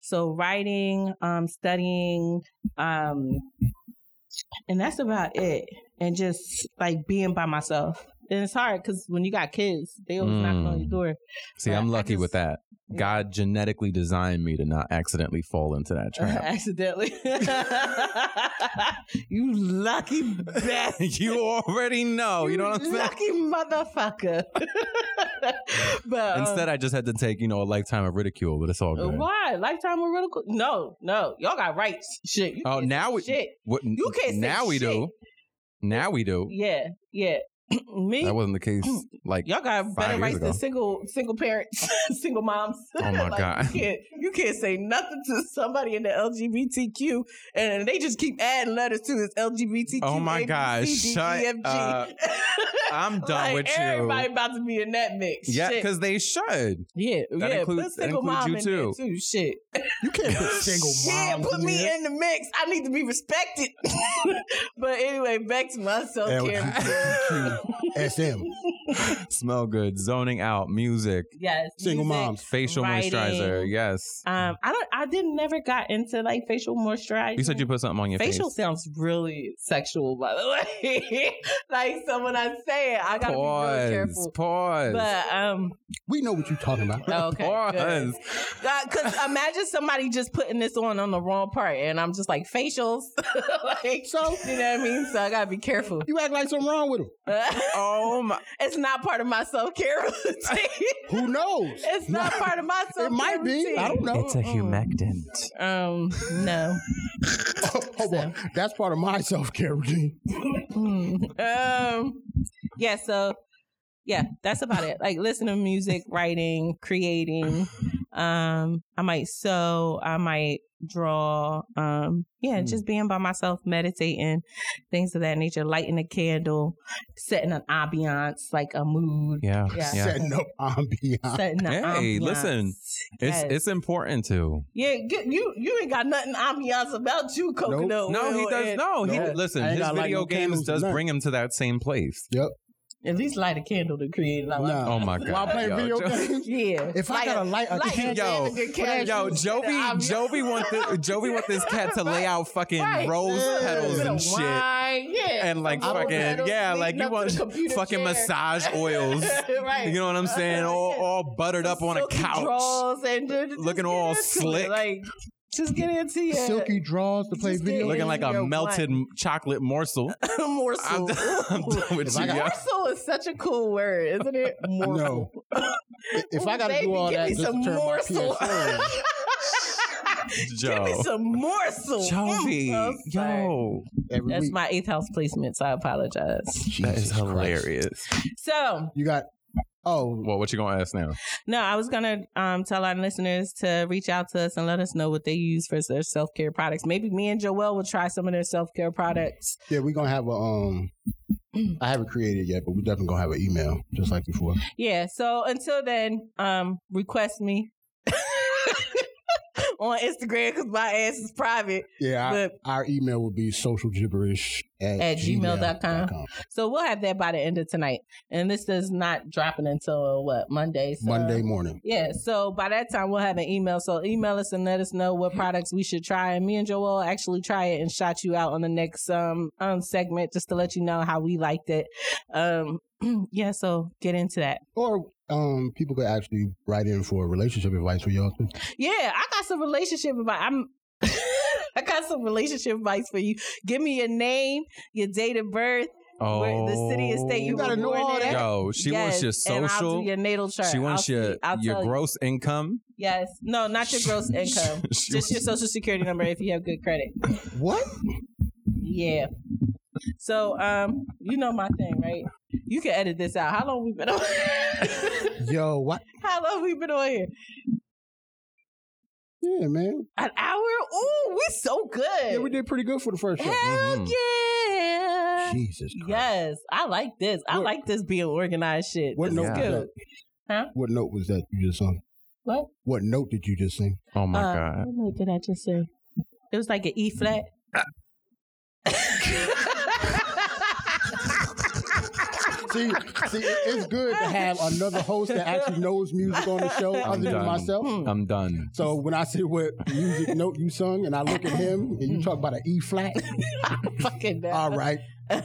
So writing, um, studying, um, and that's about it. And just like being by myself. And it's hard because when you got kids, they always knocking on your
Mm.
door. [laughs]
See,
But
I'm
I
lucky with
just-
that. God genetically designed me to not accidentally fall into that trap.
accidentally. [laughs] you lucky
[laughs]
bastard.
you already know. Oh, You know what I'm
[laughs]
saying?
Lucky motherfucker. [laughs] but
Instead, I just had to take, you know, a lifetime of ridicule, but it's all
um,
good.
why lifetime of ridicule? No, no, y'all got rights. Shit. You
Oh,
can't
now
say
we
shit.
What,
You can't say
Now we
shit.
do. Now we do.
Yeah, yeah. [clears throat] Me,
That wasn't the case.
Mm.
Like,
y'all got better
years
rights
ago.
than single single parents, [laughs] single moms. [laughs]
Oh, my God.
You can't, you can't say nothing to somebody in the LGBTQ, and they just keep adding letters to this LGBTQ.
Oh, my
A, B,
God,
C, D,
shut
E, F, G.
up. I'm done
[laughs] Like,
with you.
Everybody about to be in that mix.
yeah,
Shit.
because they should.
Yeah,
That
yeah.
includes-
put
that
single
includes
mom
you
in there
too.
too. Shit.
You
[laughs]
can't put single
yeah,
moms
put me
there.
in the mix. I need to be respected. [laughs] but anyway, back to my self [laughs] care.
SM.
Smell good, zoning out, music,
yes,
Single
music.
moms.
facial
Writing.
moisturizer. Yes.
Um, I don't. I didn't never got into like facial moisturizer.
you said you put something on your
facial
face.
sounds really sexual, by the [laughs] way. like so when I say it, I gotta be real
Pause.
careful.
Pause.
But
[laughs]
um,
We know what you're talking about.
okay, good.
Pause.
Because imagine somebody just putting this on on the wrong part, and I'm just like facials. [laughs] like,
So
you know what I mean? So I gotta be careful. [laughs]
you act like something wrong with him.
Uh,
Oh my!
it's not part of my self care [laughs] routine.
Who knows?
it's
[laughs]
not part of my self care
It might be. I don't know.
It's a humectant.
Um, no.
Hold on. That's part of my self care routine.
[laughs]
Hmm.
um, yeah. So, yeah, that's about it. Like, listening to music, writing, creating. Um, I might sew. I might draw. Um,
Hmm.
yeah, just being by myself, meditating, things of that nature. Lighting a candle, setting an ambiance, like a mood.
Yeah,
Yeah.
yeah.
Setting up ambiance.
Setting an
Hey,
ambiance.
listen, It's
Yes.
it's important to.
Yeah, get, you you ain't got nothing ambiance about you, coconut.
No, he
oil
does.
and-
No, he
No.
listen.
I ain't
His
gotta light
video
no
games
candles
does
tonight.
bring him to that same place.
Yep.
At least light a candle to create an ambiance.
Nah.
[laughs]
Oh my god!
While playing
yo,
video
Jo-
games.
Yeah.
If I gotta light a candle-
Yo,
your candle. [laughs]
Yo,
Set an
Jovi,
ambiance.
Jovi want this, Jovi want this cat to lay out fucking
Right.
rose
Yeah.
petals
Bit
and
of
shit,
wine, yeah,
and like
some rose
fucking
petals
yeah, like
leading
you
up to
want
the [laughs] computer
fucking
chair.
massage
[laughs]
oils.
right. Uh,
You know what I'm
[laughs]
saying? All
Yeah.
all buttered up on a
Silky
couch.
drawers and ju- just
Looking
get
all
into it.
slick.
Like, just get into your [laughs]
Silky draws to play
Just
video.
get-
Looking like a
Yo,
melted m
[laughs]
chocolate morsel. I'm,
morsel.
done- [laughs] I'm done with you.
I got-
yo.
morsel is such a cool word, isn't
[laughs]
it? Morsel.
If I gotta
Baby,
do all
give
that,
me
just to
some
turn my
morsel.
PS4 on.
[laughs] [laughs] Give me
Oh.
Joe.
some morsel. Mm,
Jovi,
I'm sorry.
yo,
every
That's
week.
my eighth house placement, so I apologize.
that is
Jesus Christ.
hilarious.
So,
You got oh
Well, what you gonna ask now?
no, I was gonna um, tell our listeners to reach out to us and let us know what they use for their self care products. Maybe me and Joelle will try some of their self care products.
yeah, we're gonna have
[clears throat]
a um I haven't created yet, but we're definitely gonna have an email just like before.
Yeah. So until then, um, request [laughs] me on Instagram because my ass is private.
Yeah, our,
But-
our email will be social gibberish at,
At gmail dot com.
gmail.com.
So we'll have that by the end of tonight. And this is not dropping until what Monday. So.
Monday morning.
Yeah, so by that time we'll have an email. So email us and let us know what
Mm-hmm.
products we should try. And me and Joel actually try it and shout you out on the next um, um segment just to let you know how we liked it. Um [clears throat] yeah, so get into that.
Or um people could actually write in for relationship advice for y'all too.
Yeah, I got some relationship advice. I'm [laughs] I got some relationship advice for you. Give me your name, your date of birth,
Oh,
where the city and state you,
gotta
were
know
born
all
in.
that.
Yo, she wants
Yes,
your
and I'll do
social.
your natal chart.
she wants
I'll
your
see- I'll
your
tell you.
gross income.
Yes. No, not
[laughs]
your gross income.
She
Just your social security number if you have good credit.
What?
Yeah. So, um, you know my thing, right? You can edit this out. How long we been on? [laughs]
Yo, what?
How long we been on here?
Yeah, man.
An hour? Ooh, we so good.
Yeah, we did pretty good for the first
Hell
one.
Mhm.
yeah!
Jesus Christ.
Yes, I like this. I
What-
like this being organized shit.
What
This
note
is
was
good.
that?
Huh?
What note was that you just sung?
What?
What note did you just sing?
Oh my
Uh,
god.
What note did I just say? It was like an E flat. [laughs]
See, see, it's good to have another host that actually knows music on the show
I'm
other than
done.
myself.
mm.
I'm done.
So when I see what music note you sung and I look at him and you talk about an E flat,
Fucking bad.
[laughs] all right.
[laughs] so,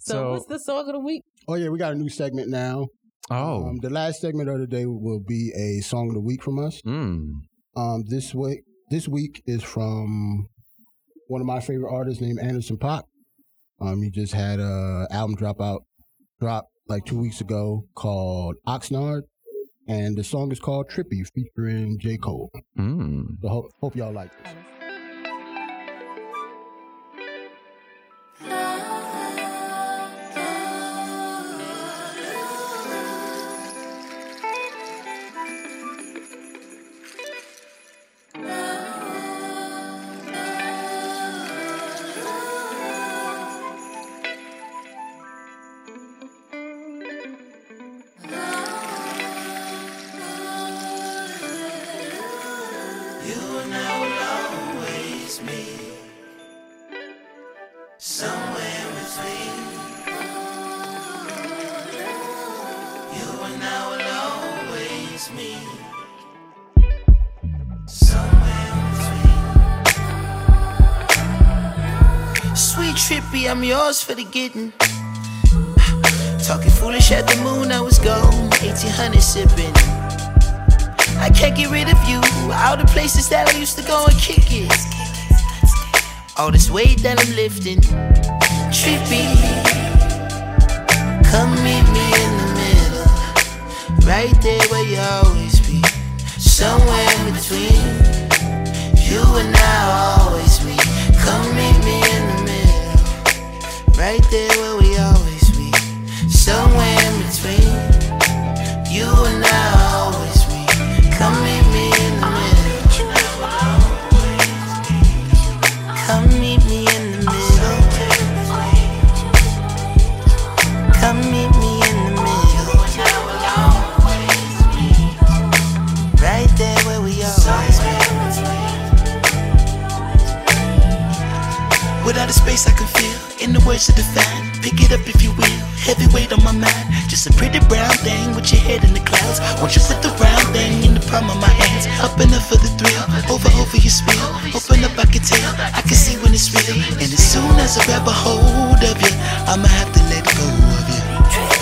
So-
what's the song of the week?
Oh yeah, we got a new segment now.
Oh.
Um, the last segment of the day will be a song of the week from us.
Mm.
Um, this week, this week is from one of my favorite artists named Anderson Pop. Um, he just had a album drop out, drop like two weeks ago called Oxnard, and the song is called Trippy featuring J Cole.
Mm.
So hope, hope y'all like it.
Sweet trippy, I'm yours for the getting. Talking foolish at the moon, I was gone. 1800 sipping. I can't get rid of you. All the places that I used to go and kick it. All this weight that I'm lifting. Trippy. Come meet me in the middle, right there where you always be. Somewhere in between, you and I always be. Come meet me in the middle, right there where we always be. Somewhere in between, you and I always be. Come meet me in the middle. Come meet me in the middle. Come meet me in the middle. Right there where we always be. Without a space I can feel, in the words to define. Pick it up if you will, heavy weight on my mind. Just a pretty brown thing with your head in the clouds. Won't you put the round thing in the palm of my hands? Up and up for the thrill, over over your spill. Open up, I can tell, I can see when it's real. And as soon as I grab a hold of you, I'ma have to let go of you.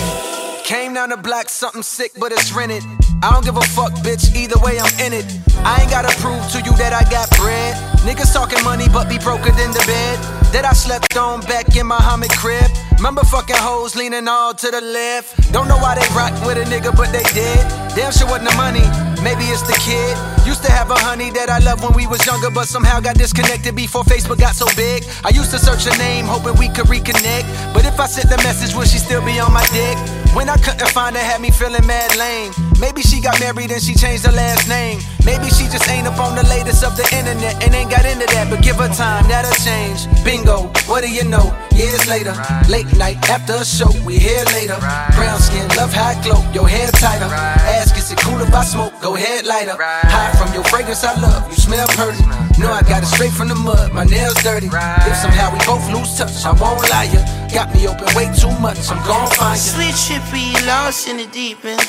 Came down the block, something sick, but it's rented. I don't give a fuck, bitch. Either way, I'm in it. I ain't gotta prove to you that I got bread. Niggas talking money, but be broker than the bed. That I slept on back in my Hummer crib. Remember fucking hoes leaning all to the left. Don't know why they rock with a nigga, but they did. Damn sure wasn't the money, maybe it's the kid. Used to have a honey that I loved when we was younger, but somehow got disconnected before Facebook got so big. I used to search her name, hoping we could reconnect. But if I sent the message, would she still be on my dick? When I couldn't find her, had me feeling mad lame. Maybe she got married and she changed her last name. Maybe she just ain't up on the latest of the internet and ain't got into that. But give her time, that'll change. Bingo, what do you know? Years later, late night after a show, we here later. Brown skin, love how I glow, your hair tighter. Ask, is it cool if I smoke? Go ahead, lighter. High from your fragrance, I love. You smell pretty. No, I got it straight from the mud. My nails dirty. If somehow we both lose touch, I won't lie ya. Got me open way too much. I'm gon' find ya.
Slit trippy, lost in the deep end.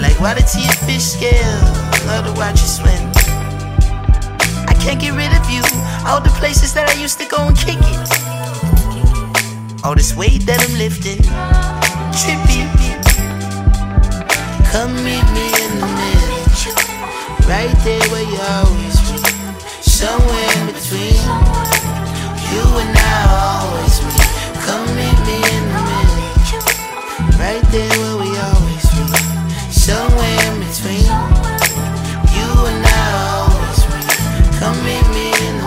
Like water to your fish scale, love to watch you swim. I can't get rid of you, all the places that I used to go and kick it. All this weight that I'm lifting, trippy. Come meet me in the middle, right there where you always be. Somewhere in between, you and I always be. Come meet me in the middle. Right there where we always be. Somewhere in between. You and I always be. Come meet me in the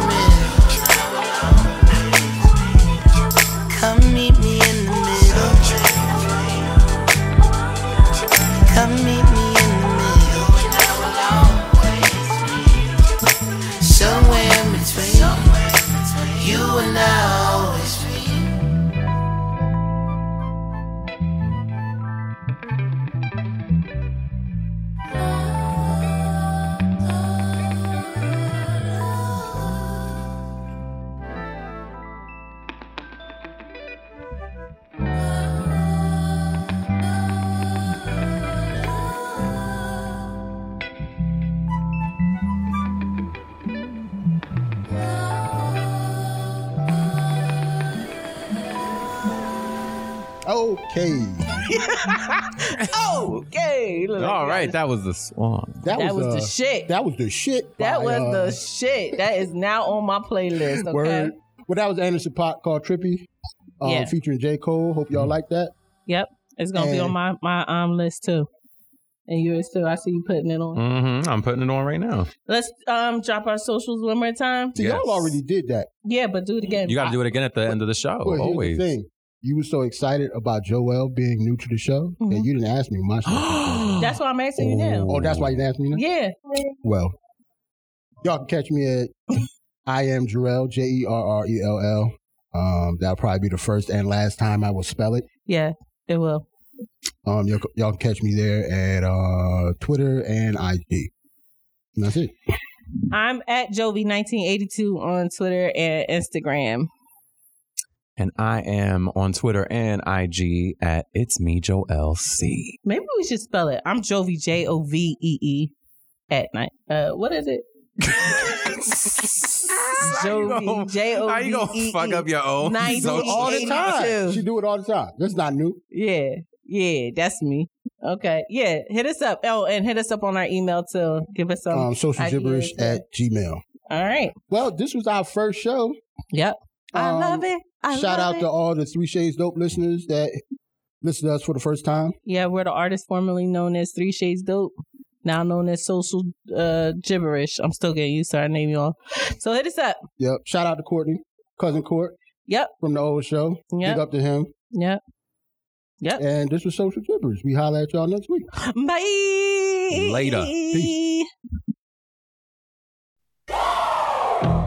middle. Come meet me in the middle. Come meet me in the middle. Somewhere in between. You and I always be.
Okay,
[laughs] Okay. look.
All right, that was the swan.
that,
That
was,
was the
uh,
shit.
That was the shit.
That
by,
was
uh,
the shit. That is now on my playlist. Okay.
[laughs] Word. Well, that was Anderson Pot called Trippy, um,
Yeah. Mm-hmm.
featuring J Cole. Hope y'all like that.
Yep. It's gonna be
And-
on my my um list too. And yours too. I see you putting it
Mm.
on.
Mm-hmm. I'm putting it on right now.
Let's um drop our socials one more time.
See,
Yes.
y'all already did that.
Yeah, but do it again.
You got to do it again at the end of the show.
But here's
always. [gasps]
the thing: you were so excited about Joel being new to the show that
Mhm.
you didn't ask me
[gasps]
my show.
That's why I'm asking you now.
oh, that's why you didn't ask me. Now?
Yeah.
Well, y'all can catch me
[laughs]
at I am Jarrell J E R R E L L. Um, that'll probably be the first and last time I will spell it.
Yeah. It will.
Um, y'all, y'all can catch me there at uh, Twitter and IG. And that's it.
I'm at Jovi1982 on Twitter and Instagram.
And I am on Twitter and IG at It's Me Joel
[laughs]
C. [laughs]
Maybe we should spell it. I'm Jovi J O V E E at night. Uh, what is it? Jovi J O V E E.
How you gonna fuck up your own?
Nice. E
social-
all the time.
82.
She do it all the time. That's not new.
Yeah, yeah, that's me. Okay, yeah, hit us up. Oh, and hit us up on our email to give us some.
Um, social
ideas.
gibberish at Gmail.
All right.
Well, this was our first show.
Yep. I
Um,
love it. I
Shout
love
out
it.
to all the Three Shades Dope listeners that listen to us for the first time.
Yeah, we're the artist formerly known as Three Shades Dope, now known as Social uh, Gibberish. I'm still getting used to our name, y'all. So hit us up.
Yep. Shout out to Courtney, cousin Court
Yep,
from the old show.
Yep.
Big up to him.
yep.
And this was Social Gibberish. We holler at y'all next week.
Bye.
Later.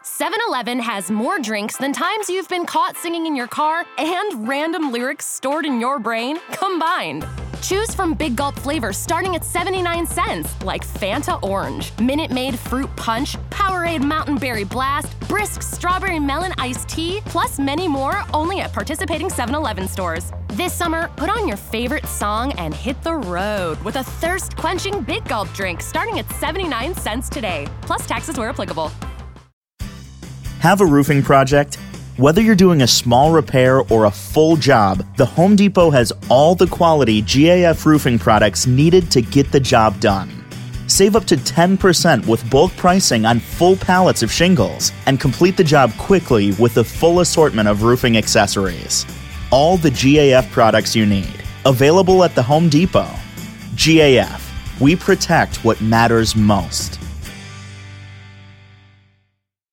7 Eleven has more drinks than times you've been caught singing in your car and random lyrics stored in your brain combined. Choose from big gulp flavors starting at 79 cents, like Fanta Orange, Minute Maid Fruit Punch, Powerade Mountain Berry Blast, Brisk Strawberry Melon Iced Tea, plus many more only at participating 7 Eleven stores. This summer, put on your favorite song and hit the road with a thirst quenching big gulp drink starting at 79 cents today, plus taxes where applicable.
Have a roofing project? Whether you're doing a small repair or a full job, the Home Depot has all the quality GAF roofing products needed to get the job done. Save up to 10% with bulk pricing on full pallets of shingles and complete the job quickly with the full assortment of roofing accessories. All the GAF products you need, available at the Home Depot. GAF, we protect what matters most.